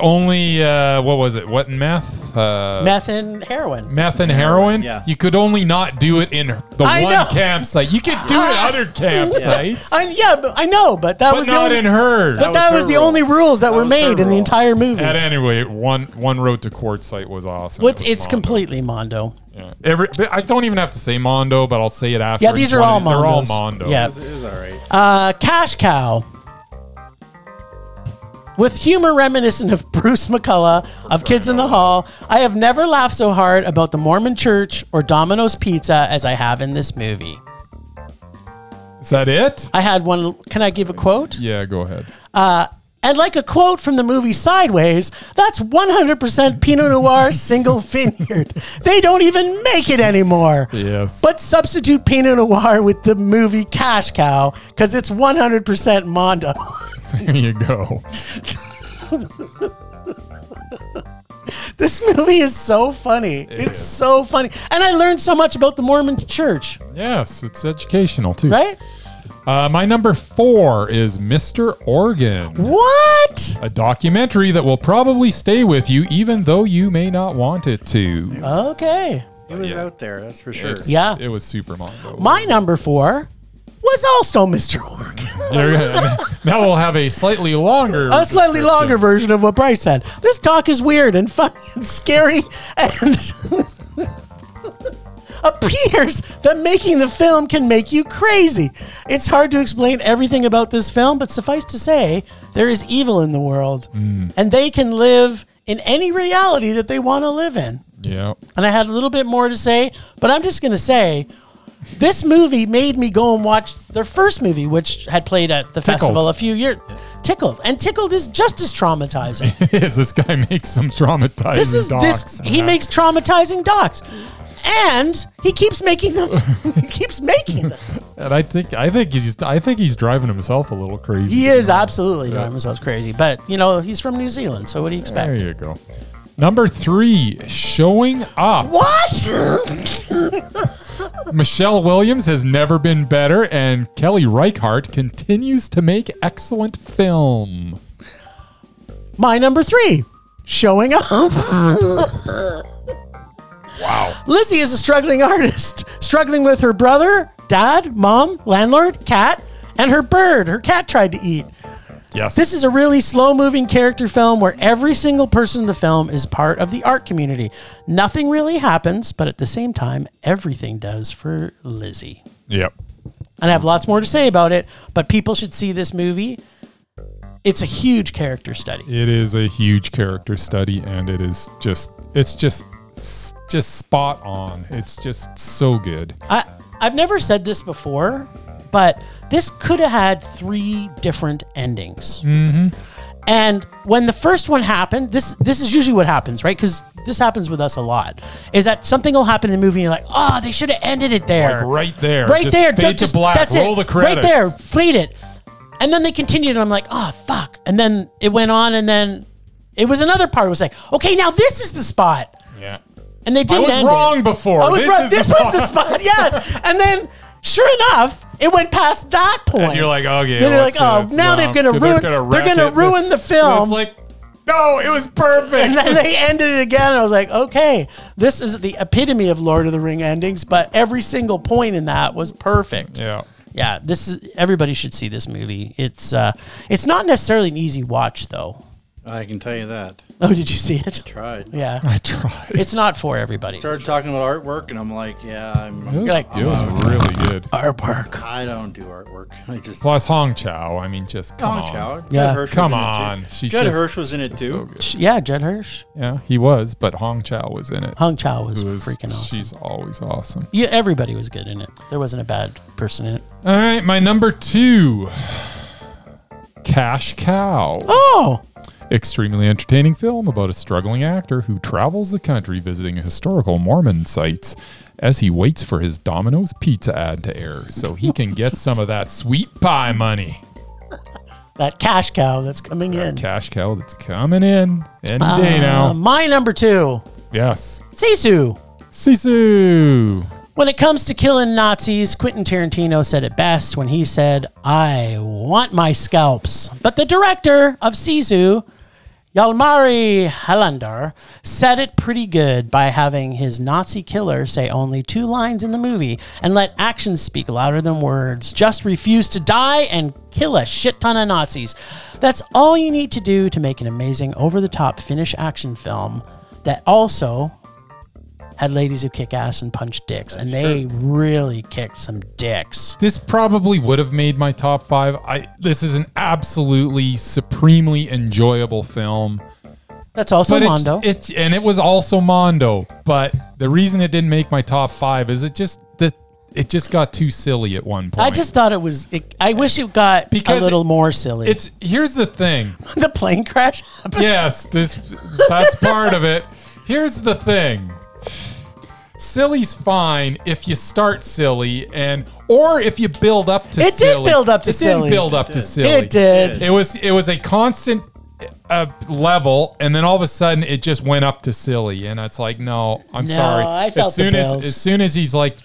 S1: only uh, what was it? What in meth? Uh,
S2: Meth and heroin.
S1: Meth and heroin.
S4: yeah.
S1: You could only not do it in the
S2: I
S1: one
S2: know.
S1: campsite. You could do it at other campsites,
S2: I, yeah, but I know, but that
S1: but
S2: was the
S1: not
S2: only,
S1: in her.
S2: But that,
S4: was her
S2: was, the
S4: rule.
S2: only rules that,
S4: That
S2: were
S4: was her
S2: made in the
S4: rule.
S2: entire movie.
S1: At any rate, one one road to quartzsite was awesome.
S2: What's
S1: It was
S2: it's
S1: Mondo.
S2: completely Mondo.
S1: Yeah. Every I don't even have to say Mondo, but I'll say it after.
S2: Yeah, these
S1: each
S2: are
S1: one.
S2: all
S1: They're all
S2: Mondos.
S1: Mondo.
S2: Yeah.
S4: it was- it was all right.
S2: Uh, Cash Cow. With humor reminiscent of Bruce McCullough of Kids in the Hall, I have never laughed so hard about the Mormon Church or Domino's Pizza as I have in this movie.
S1: Is that it?
S2: I had one. Can I give a quote?
S1: Yeah, go ahead.
S2: And like a quote from the movie Sideways, that's 100% Pinot Noir single vineyard. They don't even make it anymore.
S1: Yes.
S2: But substitute Pinot Noir with the movie Cash Cow because it's 100% Mondo.
S1: There you go.
S2: This movie is so funny. it's
S1: is.
S2: so funny. And I learned so much about the Mormon church,
S1: Yes, it's educational too.
S2: right?
S1: Uh, my number four is Mr. Organ,
S2: What?
S1: a documentary that will probably stay with you even though you may not want it to.
S2: Okay.
S4: It was out there, that's for sure.
S1: It's-
S2: Yeah.
S1: it was super Mondo.
S2: My number four was also Mr. Organ.
S1: There you go. now we'll have a slightly longer,
S2: A slightly
S1: description.
S2: longer version of what Bryce said. This talk is weird and funny and scary and. appears that making the film can make you crazy. It's hard to explain everything about this film, but suffice to say, there is evil in the world,
S1: Mm.
S2: and they can live in any reality that they want to live in.
S1: Yeah.
S2: And I had a little bit more to say, but I'm just going to say this movie made me go and watch their first movie, which had played at the festival a few years. Tickled. And Tickled is just as traumatizing
S1: Is this guy makes some traumatizing
S2: this is
S1: docs? uh-huh.
S2: this he makes traumatizing docs and he keeps making them he keeps making them
S1: and I think I think he's I think he's driving himself a little crazy.
S2: he
S1: to be
S2: is
S1: honest.
S2: absolutely driving himself crazy but you know he's from new zealand so what do you
S1: There
S2: expect
S1: you go. Number three, showing up.
S2: what
S1: Michelle Williams has never been better, and Kelly Reichardt continues to make excellent film.
S2: my number three showing up
S1: Wow.
S2: lizzie is a struggling artist struggling with her brother dad mom landlord cat and her bird her cat tried to eat
S1: Yes.
S2: This is a really slow moving character film where every single person in the film is part of the art community. Nothing really happens, but at the same time, everything does for Lizzie.
S1: Yep.
S2: And I have lots more to say about it, but people should see this movie. It's a huge character study.
S1: It is a huge character study, and it is just it's just s- just spot on. It's just so good.
S2: I, I've never said this before, but this could have had three different endings.
S1: Mm-hmm.
S2: And when the first one happened, this this is usually what happens, right? Because this happens with us a lot. Is that something will happen in the movie and you're like, oh, they should have ended it there.
S1: Like right there.
S2: Right
S1: Just
S2: there.
S1: fade
S2: don't-
S1: to black,
S2: That's
S1: roll
S2: it.
S1: the credits.
S2: Right there. Fade it. And then they continued and I'm like, oh, fuck. And then it went on and then it was another part. It was like, okay, now this is the spot.
S1: Yeah.
S2: And they
S1: I
S2: didn't
S1: was
S2: end it.
S1: wrong before.
S2: I was
S1: this
S2: right.
S1: Is
S2: this
S1: the
S2: was the spot, yes. And then, sure enough, it went past that point.
S1: And you're like, okay.
S2: Then you're
S1: well,
S2: like,
S1: it's
S2: oh,
S1: good. It's
S2: now they're
S1: not-
S2: gonna ruin- they're
S1: wreck
S2: gonna
S1: it.
S2: ruin the film.
S1: It's like, no, it was perfect.
S2: and then they ended it again. And I was like, okay, this is the epitome of Lord of the Ring endings, but every single point in that was perfect.
S1: yeah.
S2: Yeah, this is everybody should see this movie. It's uh, it's not necessarily an easy watch though.
S4: I can tell you that.
S2: Oh, did you see it?
S4: Tried.
S2: Yeah,
S1: I tried.
S2: it's not for everybody.
S4: Started talking about artwork, and I'm like, yeah,
S1: It
S4: I'm,
S1: was,
S2: like, "Oh,
S1: it was really good.
S2: Our park.
S4: I don't do artwork. I just.
S1: Plus Hong Chow. I mean, just come
S4: Donna Chow. Judd
S2: Yeah.
S4: Hirsch was
S1: Come
S4: in it, too.
S1: on. She's
S4: Judd
S1: just-
S4: Hirsch was in it
S1: on. So
S4: too.
S1: good.
S2: Yeah, Jed Hirsch,
S1: Yeah, he was, but Hong Chow was in it.
S2: Hung Chow was,
S1: Who is-
S2: freaking awesome.
S1: She's always awesome.
S2: Yeah, everybody was good in it. There wasn't a bad person in it.
S1: All right, my number two, Cash Cow.
S2: Oh,
S1: extremely entertaining film about a struggling actor who travels the country visiting historical Mormon sites as he waits for his Domino's pizza ad to air so he can get some of that sweet pie money.
S2: that cash cow that's coming in.
S1: Cash cow that's coming in any day
S2: Uh,
S1: now.
S2: my number two,
S1: Yes.
S2: Sisu.
S1: Sisu.
S2: When it comes to killing Nazis, Quentin Tarantino said it best when he said, I want my scalps. But the director of Sisu, Yalmari Halandar, said it pretty good by having his Nazi killer say only two lines in the movie and let actions speak louder than words. Just refuse to die and kill a shit ton of Nazis. That's all you need to do to make an amazing over the top Finnish action film that also had ladies who kick ass and punch dicks, and they really kicked some dicks.
S1: This probably would have made my top five. I this is an absolutely supremely enjoyable film.
S2: That's also
S1: but it's-
S2: Mondo.
S1: It, and it was also Mondo. But the reason it didn't make my top five is it just that it just got too silly at one point.
S2: I just thought it was. It, I wish it got
S1: Because
S2: a little more silly.
S1: it's here's the thing.
S2: the plane crash. happened.
S1: yes, this that's part of it. Here's the thing. Silly's fine if you start silly and or if you build up to
S2: It did
S1: silly.
S2: build up to
S1: it
S2: silly.
S1: didn't build up to silly.
S2: It did.
S1: It was it was a constant uh, level, and then all of a sudden it just went up to silly, and it's like, no, I'm
S2: No,
S1: sorry.
S2: I felt
S1: as
S2: the
S1: soon as
S2: build.
S1: as soon as he's like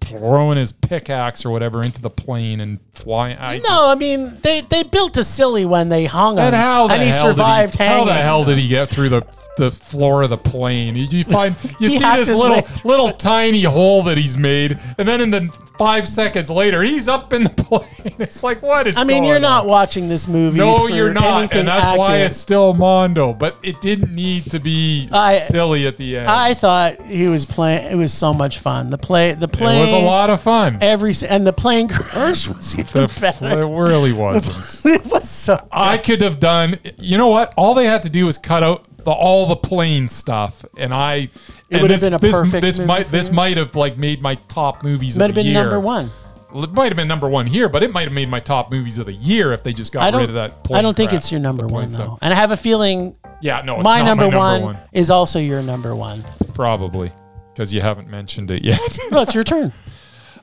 S1: throwing his pickaxe or whatever into the plane and flying, I just-
S2: No, I mean they they built a silly when they hung him,
S1: and how the
S2: and he
S1: hell
S2: survived
S1: did he,
S2: hanging.
S1: How the hell did he get through the the floor of the plane? You, you find you
S2: He
S1: see
S2: hacked
S1: this
S2: his way
S1: little
S2: through.
S1: little tiny hole that he's made, and then in the Five seconds later, he's up in the plane. It's like, what is
S2: I mean, you're
S1: going on?
S2: not watching this movie.
S1: No,
S2: for
S1: you're not,
S2: anything
S1: and that's why
S2: accurate.
S1: it's still Mondo. But it didn't need to be
S2: I-
S1: silly at the end.
S2: I thought he was playing. It was so much fun. The play, the
S1: it
S2: play
S1: was a lot of fun.
S2: Every s- and the plane crash was even better.
S1: It really wasn't.
S2: it was so.
S1: I could have done. You know what? All they had to do was cut out the, all the plane stuff, and I. and
S2: would have
S1: this-
S2: been a
S1: this,
S2: perfect
S1: This
S2: movie
S1: might
S2: for
S1: this
S2: you.
S1: might have like made my top movies.
S2: Might
S1: of
S2: have
S1: the
S2: been
S1: year.
S2: number one.
S1: It might have been number one here, but it might have made my top movies of the year if they just got
S2: I don't.
S1: rid of that. Plane
S2: I don't think
S1: crap,
S2: it's your number
S1: the plane
S2: one
S1: stuff.
S2: though, and I have a feeling
S1: Yeah, no, it's
S2: my,
S1: not
S2: number,
S1: my number
S2: one,
S1: one.
S2: is also your number one.
S1: Probably because you haven't mentioned it yet.
S2: Well, it's your turn.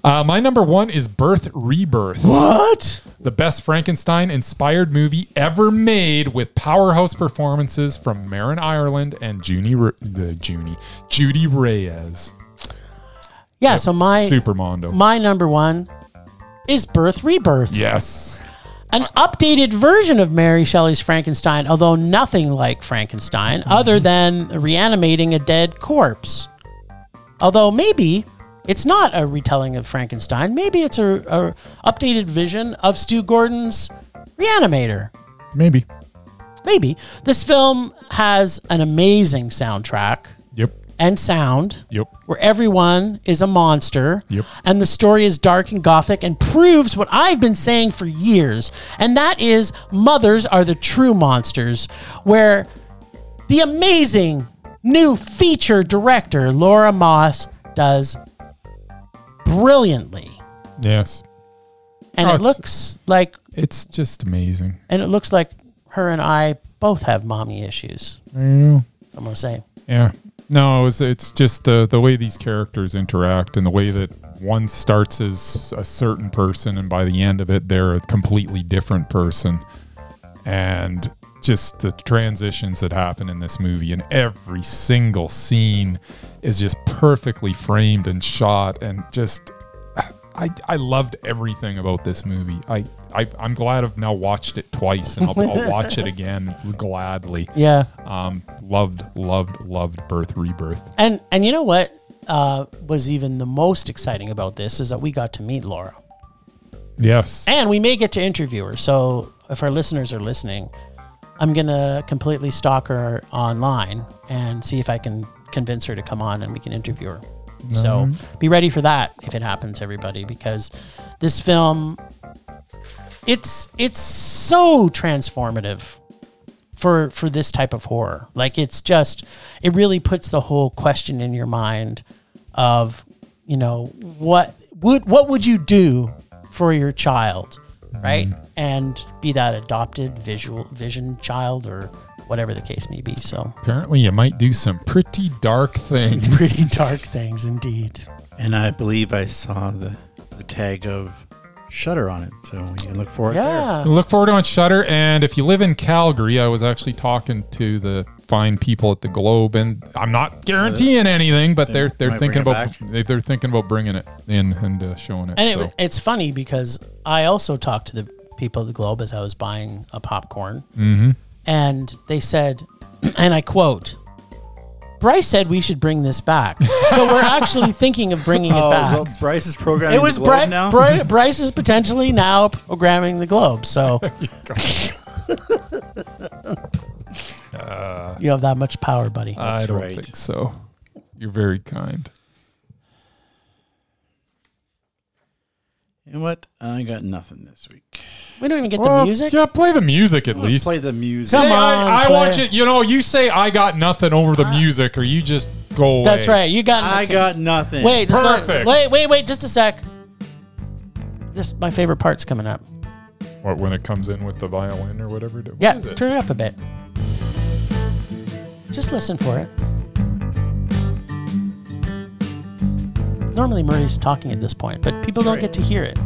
S1: uh, my number one is Birth Rebirth.
S2: What?
S1: the best Frankenstein inspired movie ever made with powerhouse performances from Marin Ireland and Junie Re- the Junie Judy Reyes.
S2: Yeah. So my
S1: Supermondo.
S2: my number one is Birth Rebirth,
S1: yes.
S2: an updated version of Mary Shelley's Frankenstein, although nothing like Frankenstein,
S1: Mm-hmm.
S2: other than reanimating a dead corpse. Although maybe it's not a retelling of Frankenstein, maybe it's a, a updated vision of Stu Gordon's Reanimator.
S1: Maybe.
S2: Maybe this film has an amazing soundtrack
S1: Yep.
S2: and sound
S1: Yep.
S2: where everyone is a monster.
S1: Yep.
S2: And the story is dark and gothic and proves what I've been saying for years. And that is mothers are the true monsters, where the amazing new feature director, Laura Moss, does brilliantly.
S1: Yes.
S2: And
S1: Oh,
S2: it
S1: it's-
S2: looks like
S1: It's just amazing.
S2: and it looks like her and I both have mommy issues.
S1: Yeah.
S2: I'm gonna say.
S1: Yeah. No, it's it's just the the way these characters interact and the way that one starts as a certain person and by the end of it they're a completely different person. And just the transitions that happen in this movie and every single scene is just perfectly framed and shot and just I, I loved everything about this movie. I, I I'm glad I've now watched it twice and I'll, I'll watch it again gladly.
S2: Yeah.
S1: Um, loved, loved, loved Birth Rebirth.
S2: And and you know what uh, was even the most exciting about this is that we got to meet Laura,
S1: Yes.
S2: and we may get to interview her. So if our listeners are listening, I'm gonna completely stalk her online and see if I can convince her to come on and we can interview her. So be ready for that if it happens, everybody, because this film it's it's so transformative for for this type of horror. Like it's just it really puts the whole question in your mind of you know what would what would you do for your child, right? And be that adopted visual vision child or whatever the case may be. So
S1: Apparently, you might do some pretty dark things.
S2: pretty dark things indeed.
S4: And I believe I saw the, the tag of Shutter on it, so you can look for it. there.
S2: Yeah.
S1: Look forward on Shutter, and if you live in Calgary, I was actually talking to the fine people at the Globe, and I'm not guaranteeing anything, but they're they're
S4: might
S1: thinking
S4: bring it
S1: about they- they're thinking about bringing it in and uh, showing it.
S2: And
S1: so.
S2: it, it's funny because I also talked to the people of the Globe as I was buying a popcorn.
S4: Mm-hmm.
S2: And they said, and I quote, Bryce said we should bring this back. so we're actually thinking of bringing it
S4: Oh,
S2: back.
S4: so Bryce's programming.
S2: it was
S4: the Globe
S2: Bri-
S4: now.
S2: Bri- Bryce is potentially now programming the Globe. So you have that much power, buddy.
S4: Uh,
S1: I don't
S4: right.
S1: think so. You're very kind.
S4: You know what? I got nothing this week.
S2: we don't even get the
S1: Well,
S2: music.
S1: yeah, play the music at least.
S4: Play the music.
S2: Come
S1: Say,
S2: on,
S1: I, I
S2: play. Ah.
S1: want you. You know, you say I got nothing over the music, or you just go.
S2: That's
S1: away.
S2: right. You got
S4: I got nothing.
S2: Wait, just let-
S1: Perfect.
S2: wait, wait, wait, just a sec. This my favorite part's coming up.
S1: What when it comes in with the violin or whatever? What
S2: Yeah,
S1: is it?
S2: turn it up a bit. Just listen for it. Normally Murray's talking at this point, but people don't get to hear it.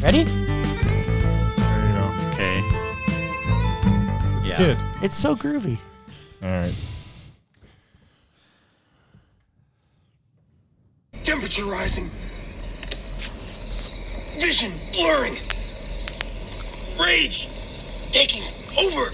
S2: Ready?
S1: There you go.
S4: Okay.
S1: It's
S4: Yeah.
S1: good.
S2: It's so groovy.
S1: All right.
S5: Temperature rising. Vision blurring. Rage taking over.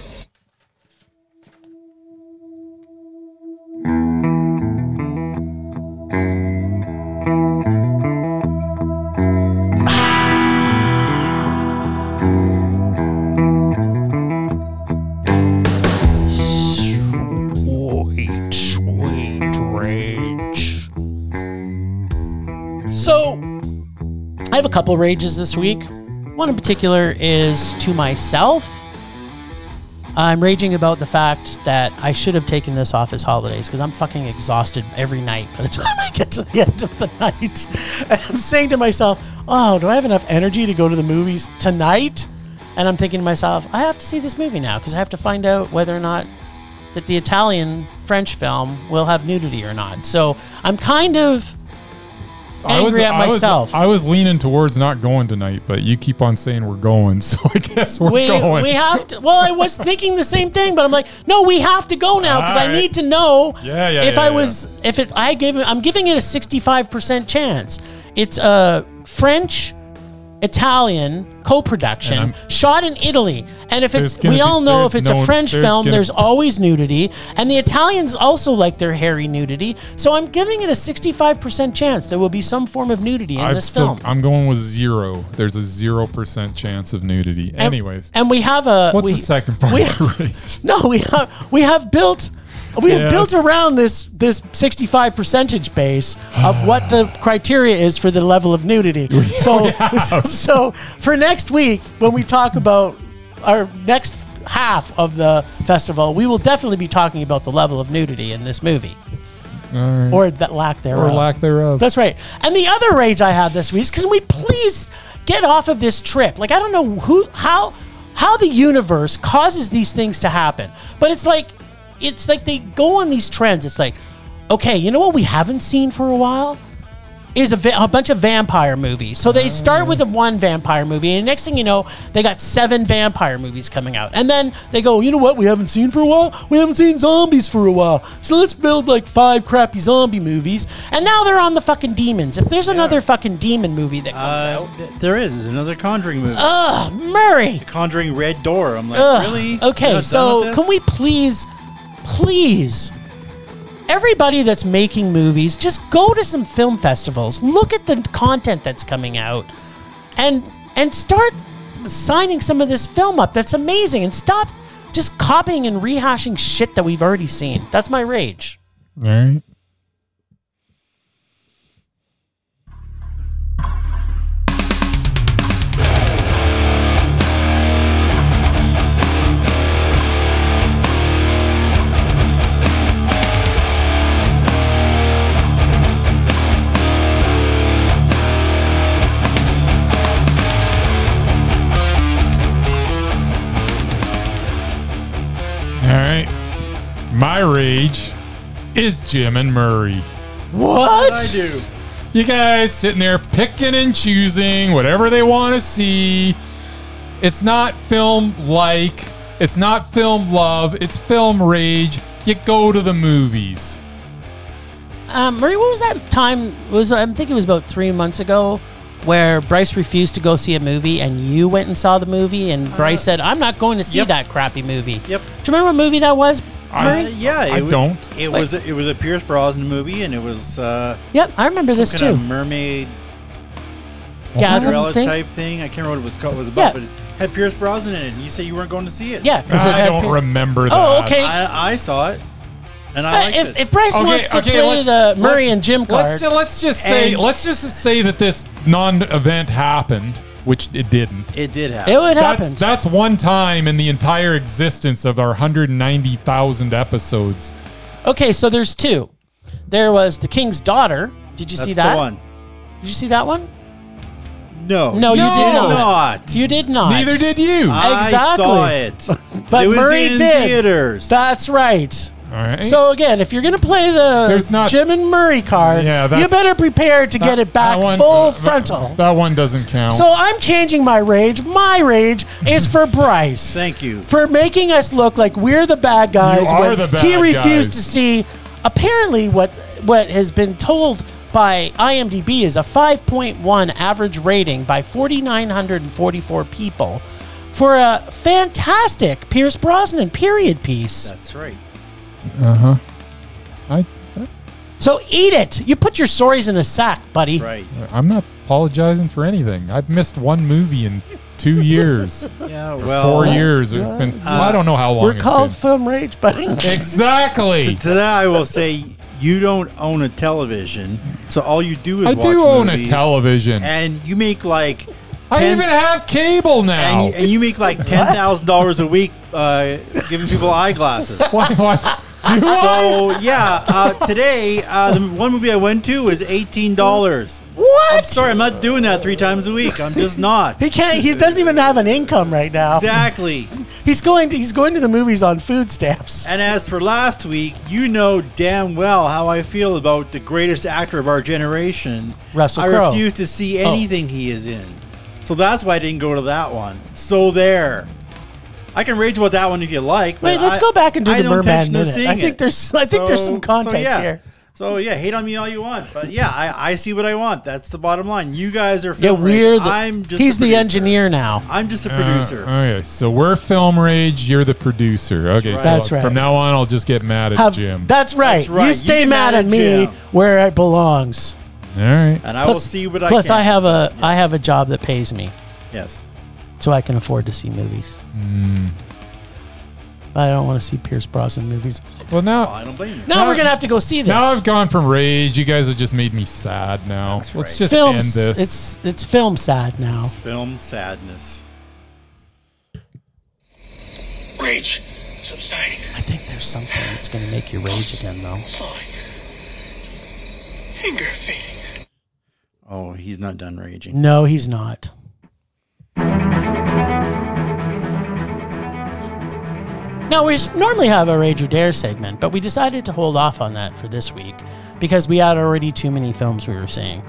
S2: I have a couple rages this week. One in particular is to myself. I'm raging about the fact that I should have taken this off as holidays because I'm fucking exhausted every night by the time I get to the end of the night. And I'm saying to myself, oh, do I have enough energy to go to the movies tonight? And I'm thinking to myself, I have to see this movie now because I have to find out whether or not that the Italian French film will have nudity or not. So I'm kind of angry at myself.
S1: I was, I was leaning towards not going tonight, but you keep on saying we're going, so I guess we're
S2: we,
S1: going.
S2: we have to. Well, I was thinking the same thing, but I'm like, no, we have to go now because I
S1: Alright.
S2: need to know
S1: Yeah, yeah,
S2: if
S1: yeah,
S2: I
S1: yeah.
S2: was if it I gave I'm giving it a 65 percent chance. It's a French Italian co-production
S1: And I'm-
S2: shot in Italy, and if
S1: There's
S2: it's
S1: gonna
S2: we all
S1: be-
S2: know if
S1: there's
S2: it's a
S1: no-
S2: French
S1: there's
S2: film,
S1: gonna-
S2: there's always nudity, and the Italians also like their hairy nudity. So I'm giving it a 65 percent chance there will be some form of nudity in
S1: I'm
S2: this
S1: still-
S2: film.
S1: I'm going with zero. There's a zero percent chance of nudity.
S2: And-
S1: Anyways,
S2: and we have a
S1: what's
S2: we-
S1: the second part?
S2: we-
S1: of the rage?
S2: No, we have we have built we have built
S1: Yes.
S2: around this this 65 percentage base of what the criteria is for the level of nudity. So so for next week when we talk about our next half of the festival, we will definitely be talking about the level of nudity in this movie or that lack
S1: or
S2: thereof.
S1: lack thereof.
S2: That's right. And the other rage I had this week is can we please get off of this trip? Like I don't know who how how the universe causes these things to happen. But it's like it's like they go on these trends. It's like, okay, you know what we haven't seen for a while? Is a, va- a bunch of vampire movies. So they start with a one vampire movie, and next thing you know, they got seven vampire movies coming out. And then they go, you know what? We haven't seen for a while. We haven't seen zombies for a while. So let's build like five crappy zombie movies. And now they're on the fucking demons. If there's another fucking demon movie that comes
S4: Uh, th- there is another Conjuring movie.
S2: out, Murray.
S4: Conjuring Red Door. I'm like,
S2: Uh, Ugh.
S4: really? You're not
S2: Okay,
S4: done
S2: so
S4: with this?
S2: can we please, please, everybody that's making movies, just go to some film festivals, look at the content that's coming out, and and start signing some of this film up. That's amazing, and stop just copying and rehashing shit that we've already seen. That's my rage.
S1: All right. All right. My rage is Jim and Murray.
S2: What?
S4: I do.
S1: You guys sitting there picking and choosing whatever they want to see. It's not film like, it's not film love, it's film rage. You go to the movies.
S2: Um, Murray, what was that time? Was I think it was about three months ago, where Bryce refused to go see a movie, and you went and saw the movie, and Bryce said, "I'm not going to see
S4: Uh, yep.
S2: that crappy movie."
S4: Yep.
S2: Do you remember what movie that was?
S1: I-
S4: Uh, yeah,
S1: I
S4: it wa-
S1: don't.
S4: It
S2: Wait.
S4: was a, it was a Pierce Brosnan movie, and it was uh,
S2: Yep, I remember this
S4: some kind
S2: too.
S4: of mermaid
S2: Gasm
S4: Cinderella
S2: thing.
S4: type thing. I can't remember what it was called. It was about,
S2: Yeah.
S4: but it had Pierce Brosnan in it. And you said you weren't going to see it.
S2: Yeah, because
S1: I don't remember that.
S2: Oh, okay.
S4: I, I saw it, and I
S2: Uh,
S4: liked
S2: if,
S4: it.
S2: if Bryce
S1: Okay,
S2: wants to
S1: okay,
S2: play
S1: let's-
S2: the Murray
S1: let's-
S2: and Jim card,
S1: Let's, ju- let's just say,
S4: And-
S1: let's just say that this non-event happened, which it didn't.
S4: it did happen.
S2: it would
S1: that's,
S2: happen.
S1: that's one time in the entire existence of our 190,000 episodes.
S2: Okay, so there's two. There was the King's Daughter. Did you
S4: That's
S2: see that?
S4: the one.
S2: Did you see that one?
S4: No,
S2: No, you did
S1: No.
S2: not. You did not.
S1: Neither did you. All
S4: I saw it,
S2: But
S4: it was
S2: Murray
S4: in
S2: did.
S4: Theaters.
S2: That's right.
S1: right.
S2: So again, if you're gonna play the
S1: There's not-
S2: Jim and Murray card,
S1: Yeah,
S2: you
S1: that's-
S2: better prepare to get
S1: That-
S2: it back
S1: that one-
S2: full
S1: uh, that-
S2: frontal.
S1: That, one doesn't count.
S2: so I'm changing my rage. My rage is for Bryce
S4: Thank you.
S2: for making us look like we're the bad guys.
S1: are
S2: when
S1: the bad
S2: he refused
S1: guys.
S2: to see. Apparently, what what has been told by IMDb is a 5.1 average rating by 4,944 people for a fantastic Pierce Brosnan period piece.
S4: That's right.
S1: I,
S2: So eat it. You put your stories in a sack, buddy.
S4: Right.
S1: I'm not apologizing for anything. I've missed one movie in two years,
S4: Yeah. Well,
S1: four years. It's been
S4: Uh,
S1: I don't know how long.
S2: We're
S1: it's
S2: called
S1: been.
S2: film rage, buddy.
S1: exactly.
S4: To that, I will say you don't own a television, so all you do is
S1: I
S4: watch
S1: do own a
S4: movies,
S1: television.
S4: and you make like
S1: I
S4: 10
S1: even have cable now.
S4: and you, and you make like ten thousand dollars a week uh, giving people eyeglasses.
S1: why, why- do I?
S4: So yeah, uh, today uh, the one movie I went to was eighteen dollars.
S2: What?
S4: I'm sorry, I'm not doing that three times a week. I'm just not.
S2: He can't. He doesn't even have an income right now.
S4: Exactly.
S2: He's going. To, he's going to the movies on food stamps.
S4: And as for last week, you know damn well how I feel about the greatest actor of our generation.
S2: Russell
S4: I
S2: Crowe. Oh.
S4: refuse to see anything he is in. So that's why I didn't go to that one. So there. I can rage about that one if you like. but
S2: Wait, let's
S4: I-
S2: go back and do
S4: I
S2: the
S4: don't
S2: Merman
S4: intention of
S2: Minute.
S4: seeing
S2: I think
S4: it.
S2: there's- I think there's some context
S4: yeah.
S2: here.
S4: So yeah, hate on me all you want, but yeah, I, I see what I want. That's the bottom line. You guys are
S2: Yeah,
S4: film rage.
S2: we're the.
S4: I'm just
S2: he's the
S4: producer.
S2: engineer now.
S4: I'm just a producer.
S1: Uh, okay, so we're Film Rage. You're the producer. Okay,
S4: right.
S1: so
S2: That's right.
S1: from now on, I'll just get mad at
S2: Have-
S1: Jim.
S2: That's right.
S4: That's right.
S2: You
S4: You
S2: stay
S4: get
S2: mad,
S4: mad
S2: at
S4: at
S2: me
S4: Jim.
S2: where it belongs.
S1: All right.
S4: and I will see what I
S2: plus
S4: can.
S2: I have a I have a job that pays me,
S4: yes.
S2: so I can afford to see movies. Hmm. But I don't want to see Pierce Brosnan movies.
S1: Well,
S4: Well,
S1: now
S4: Oh, I don't blame you.
S2: Now
S1: Now-
S2: we're gonna have to go see this.
S1: now I've gone from rage. You guys have just made me sad now.
S4: That's
S1: Let's
S4: right.
S1: just
S2: film.
S1: end
S2: s-
S1: this.
S2: It's it's film sad
S4: Oh.
S2: now.
S4: Film sadness.
S5: Rage subsiding.
S2: I think there's something that's gonna make you rage again though.
S5: Slowing. Anger fading.
S4: Oh, he's not done raging.
S2: No, he's not. Now, we s- normally have a Rage or Dare segment, but we decided to hold off on that for this week because we had already too many films we were seeing.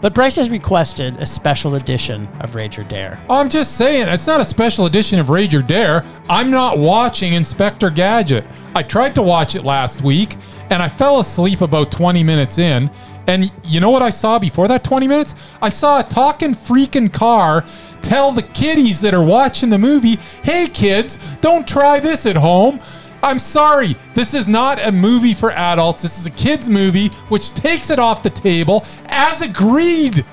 S2: But Bryce has requested a special edition of Rage or Dare.
S1: I'm just saying, it's not a special edition of Rage or Dare. I'm not watching Inspector Gadget. I tried to watch it last week and I fell asleep about 20 minutes in. And you know what I saw before that 20 minutes? I saw a talking freaking car tell the kiddies that are watching the movie, hey kids, don't try this at home. I'm sorry, this is not a movie for adults. This is a kids' movie, which takes it off the table as agreed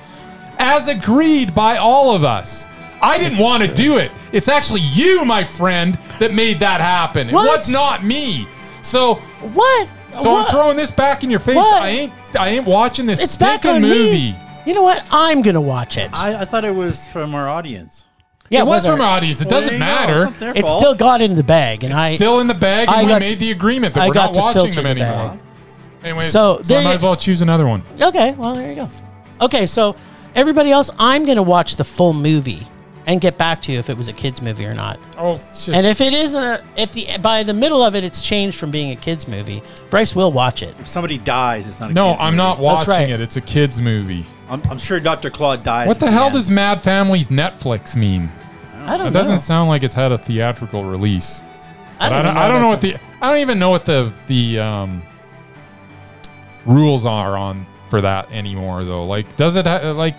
S1: as agreed by all of us. I didn't want to do it. It's actually you, my friend, that made that happen.
S2: What?
S1: It was not me. So,
S2: What?
S1: so
S2: What?
S1: I'm throwing this back in your face.
S2: What?
S1: I ain't, I ain't watching this
S2: it's back
S1: stinking
S2: on
S1: movie.
S2: me. You know what? I'm gonna watch it.
S4: I, I thought it was from our audience.
S2: yeah,
S1: It was
S2: whether-
S1: from our audience. It
S4: Well,
S1: doesn't
S4: there you go. It's
S1: matter.
S4: not their
S2: It
S4: fault.
S2: still got into the bag, and I
S1: Still in the bag, and
S2: I
S1: we
S2: got
S1: made
S2: to-
S1: the agreement that
S2: I
S1: we're
S2: got
S1: not
S2: to
S1: watching
S2: filter
S1: them
S2: the
S1: anymore.
S2: bag.
S1: Anyways,
S2: So
S1: so,
S2: there
S1: I might
S2: you-
S1: as well choose another one.
S2: Okay, well, there you go. Okay, so everybody else, I'm going to watch the full movie and get back to you if it was a kids movie or not.
S1: Oh, it's just,
S2: And if it isn't, a, if the by the middle of it, it's changed from being a kids movie. Bryce will watch it.
S4: If somebody dies, it's not a
S1: no,
S4: kid's
S1: I'm
S4: movie.
S1: not watching
S2: right.
S1: it. It's a kids' movie.
S4: I'm, I'm sure Dr. Claude dies.
S1: What the
S4: at
S1: hell
S4: end.
S1: does Mad Families Netflix mean?
S2: I don't
S1: It
S2: know.
S1: doesn't sound like it's had a theatrical release.
S2: I
S1: But I don't, I don't know what the I don't even know what the the um, rules are on for that anymore though. Like, does it ha- like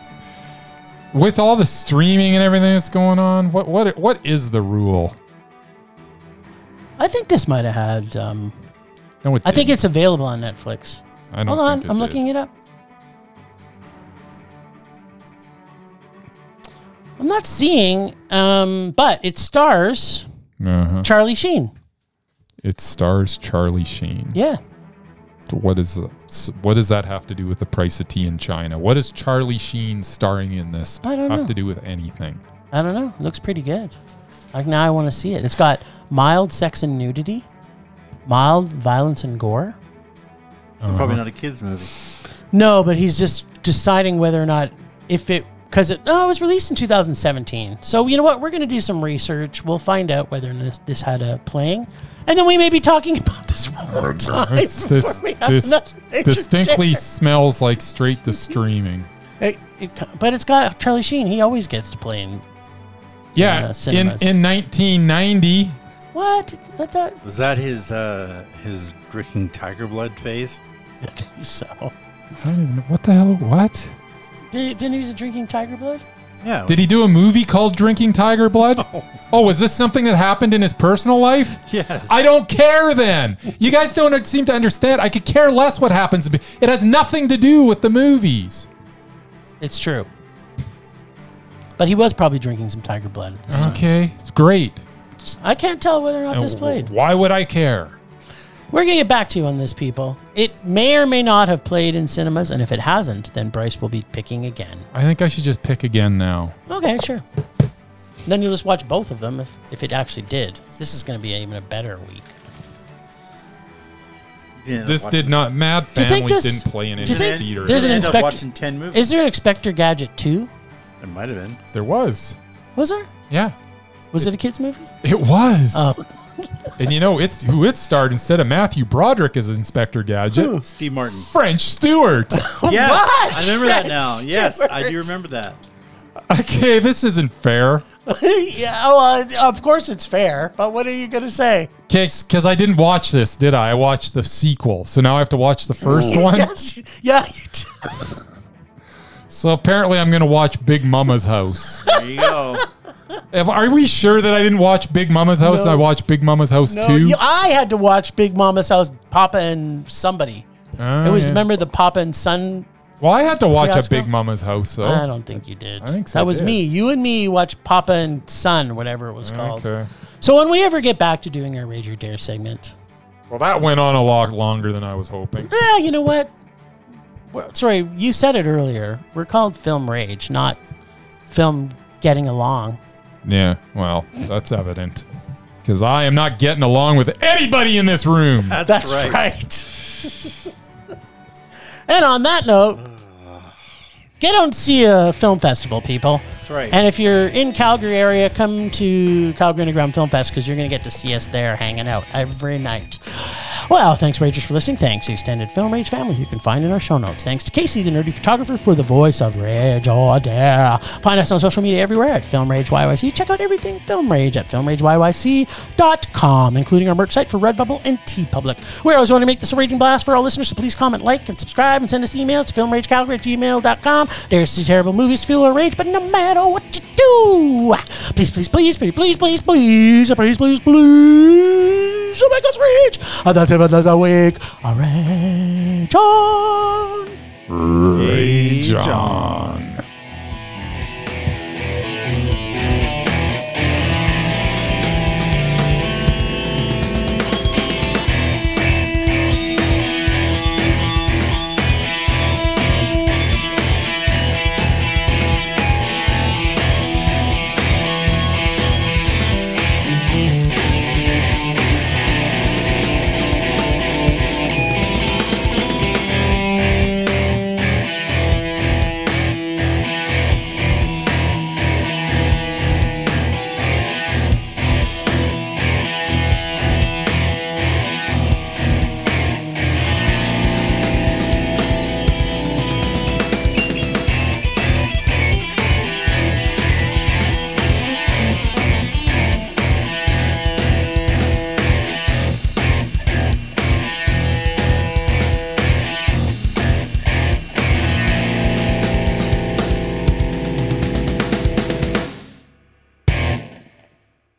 S1: with all the streaming and everything that's going on? What what what is the rule?
S2: I think this might have had. Um,
S1: No, it
S2: I think
S1: didn't.
S2: it's available on Netflix.
S1: I don't
S2: Hold on,
S1: think it
S2: I'm
S1: did.
S2: looking it up. I'm not seeing, um, but it stars
S1: Uh-huh.
S2: Charlie Sheen.
S1: It stars Charlie Sheen.
S2: Yeah.
S1: What is the- s- what does that have to do with the price of tea in China? What does Charlie Sheen starring in this
S2: I don't
S1: have
S2: know.
S1: to do with anything?
S2: I don't know. It looks pretty good. Like now I want to see it. It's got mild sex and nudity, mild violence and gore.
S4: So
S1: Uh-huh.
S4: Probably not a kids movie.
S2: No, but he's just deciding whether or not if it because it oh it was released in 2017. So you know what? We're gonna do some research. We'll find out whether this this had a playing, and then we may be talking about this one more time.
S1: This, this,
S2: we have
S1: this
S2: another major
S1: distinctly
S2: dare.
S1: smells like straight to streaming.
S2: It- it co- but it's got Charlie Sheen. He always gets to play in uh,
S1: Yeah, in,
S2: cinemas.
S1: in 1990,
S2: what? I thought
S4: Was that his uh, his drinking tiger blood phase?
S2: I think so.
S1: I don't even know what the hell. What
S2: Did, didn't he was drinking tiger blood?
S4: Yeah.
S1: did he do? A movie called Drinking Tiger Blood? Oh, was this something that happened in his personal life?
S4: Yes.
S1: I don't care. Then you guys don't seem to understand. I could care less what happens. It has nothing to do with the movies.
S2: It's true. But he was probably drinking some tiger blood at this time.
S1: Okay, it's great.
S2: I can't tell whether or not this
S1: And
S2: played.
S1: Why would I care?
S2: We're going to get back to you on this, people. It may or may not have played in cinemas, and if it hasn't, then Bryce will be picking again.
S1: I think I should just pick again now.
S2: Okay, sure. Then you'll just watch both of them if, if it actually did. This is going to be even a better week.
S4: You know,
S1: This
S4: watching-
S1: did not. Mad
S2: you think
S1: Families
S2: this-
S1: didn't play in any
S2: do you think
S1: theater.
S2: there's an
S4: end up
S2: inspector-
S4: watching ten movies.
S2: Is there an Inspector Gadget 2?
S4: it might have been.
S1: there was.
S2: Was there?
S1: Yeah,
S2: Was it a kids' movie?
S1: it was.
S2: Oh.
S1: And you know it's who it starred instead of Matthew Broderick as Inspector Gadget.
S4: Steve Martin.
S1: French Stewart.
S4: Yes,
S2: What?
S4: I remember that
S2: Fred
S4: now. Yes, I do
S2: Stewart.
S4: remember that.
S1: okay, this isn't fair.
S2: yeah, well, of course it's fair, but what are you going to say?
S1: Because I didn't watch this, did I? I watched the sequel, so now I have to watch the first one.
S2: Yes, yeah, you do.
S1: So apparently, I'm going to watch Big Mama's House.
S4: There you go.
S1: If- Are we sure that I didn't watch Big Mama's House? and I watched Big Mama's House
S2: No,
S1: too.
S2: you- I had to watch Big Mama's House, Papa and somebody. it was
S1: Oh, yeah.
S2: remember the Papa and Son.
S1: well, I had to watch a
S2: Fiasco?
S1: Big Mama's House, though.
S2: I don't think you did. I
S1: think so,
S2: That
S1: Oh. I
S2: was
S1: did.
S2: me. You and me watched Papa and Son, whatever it was called.
S1: Okay.
S2: So when we ever get back to doing our Rage or Dare segment,
S1: Well, that went on a lot longer than I was hoping.
S2: yeah, you know what? Well, sorry, you said it earlier. We're called Film Rage, not Film Getting Along.
S1: Yeah, well, that's evident. Because I am not getting along with anybody in this room.
S4: That's, right.
S2: and on that note, get on see a film festival, people.
S4: That's right.
S2: And if you're in Calgary area, come to Calgary Underground Film Fest because you're going to get to see us there hanging out every night. Well, thanks, Ragers, for listening. Thanks, to Extended Film Rage family, you can find in our show notes. Thanks to Casey, the nerdy photographer, for the voice of Rage or Dare. Find us on social media everywhere at Film Rage YYC. Check out everything Film Rage at filmrageyyc.com, including our merch site for Redbubble and TeePublic. We always want to make this a raging blast for our listeners, so please comment, like, and subscribe, and send us emails to filmragecalgary at gmail.com. There's the terrible movies, fuel our rage, but no matter what you do, please, please, please, please, please, please, please, please, please, please, oh make us rage. And that's it for this week. A rage on.
S1: Ray John.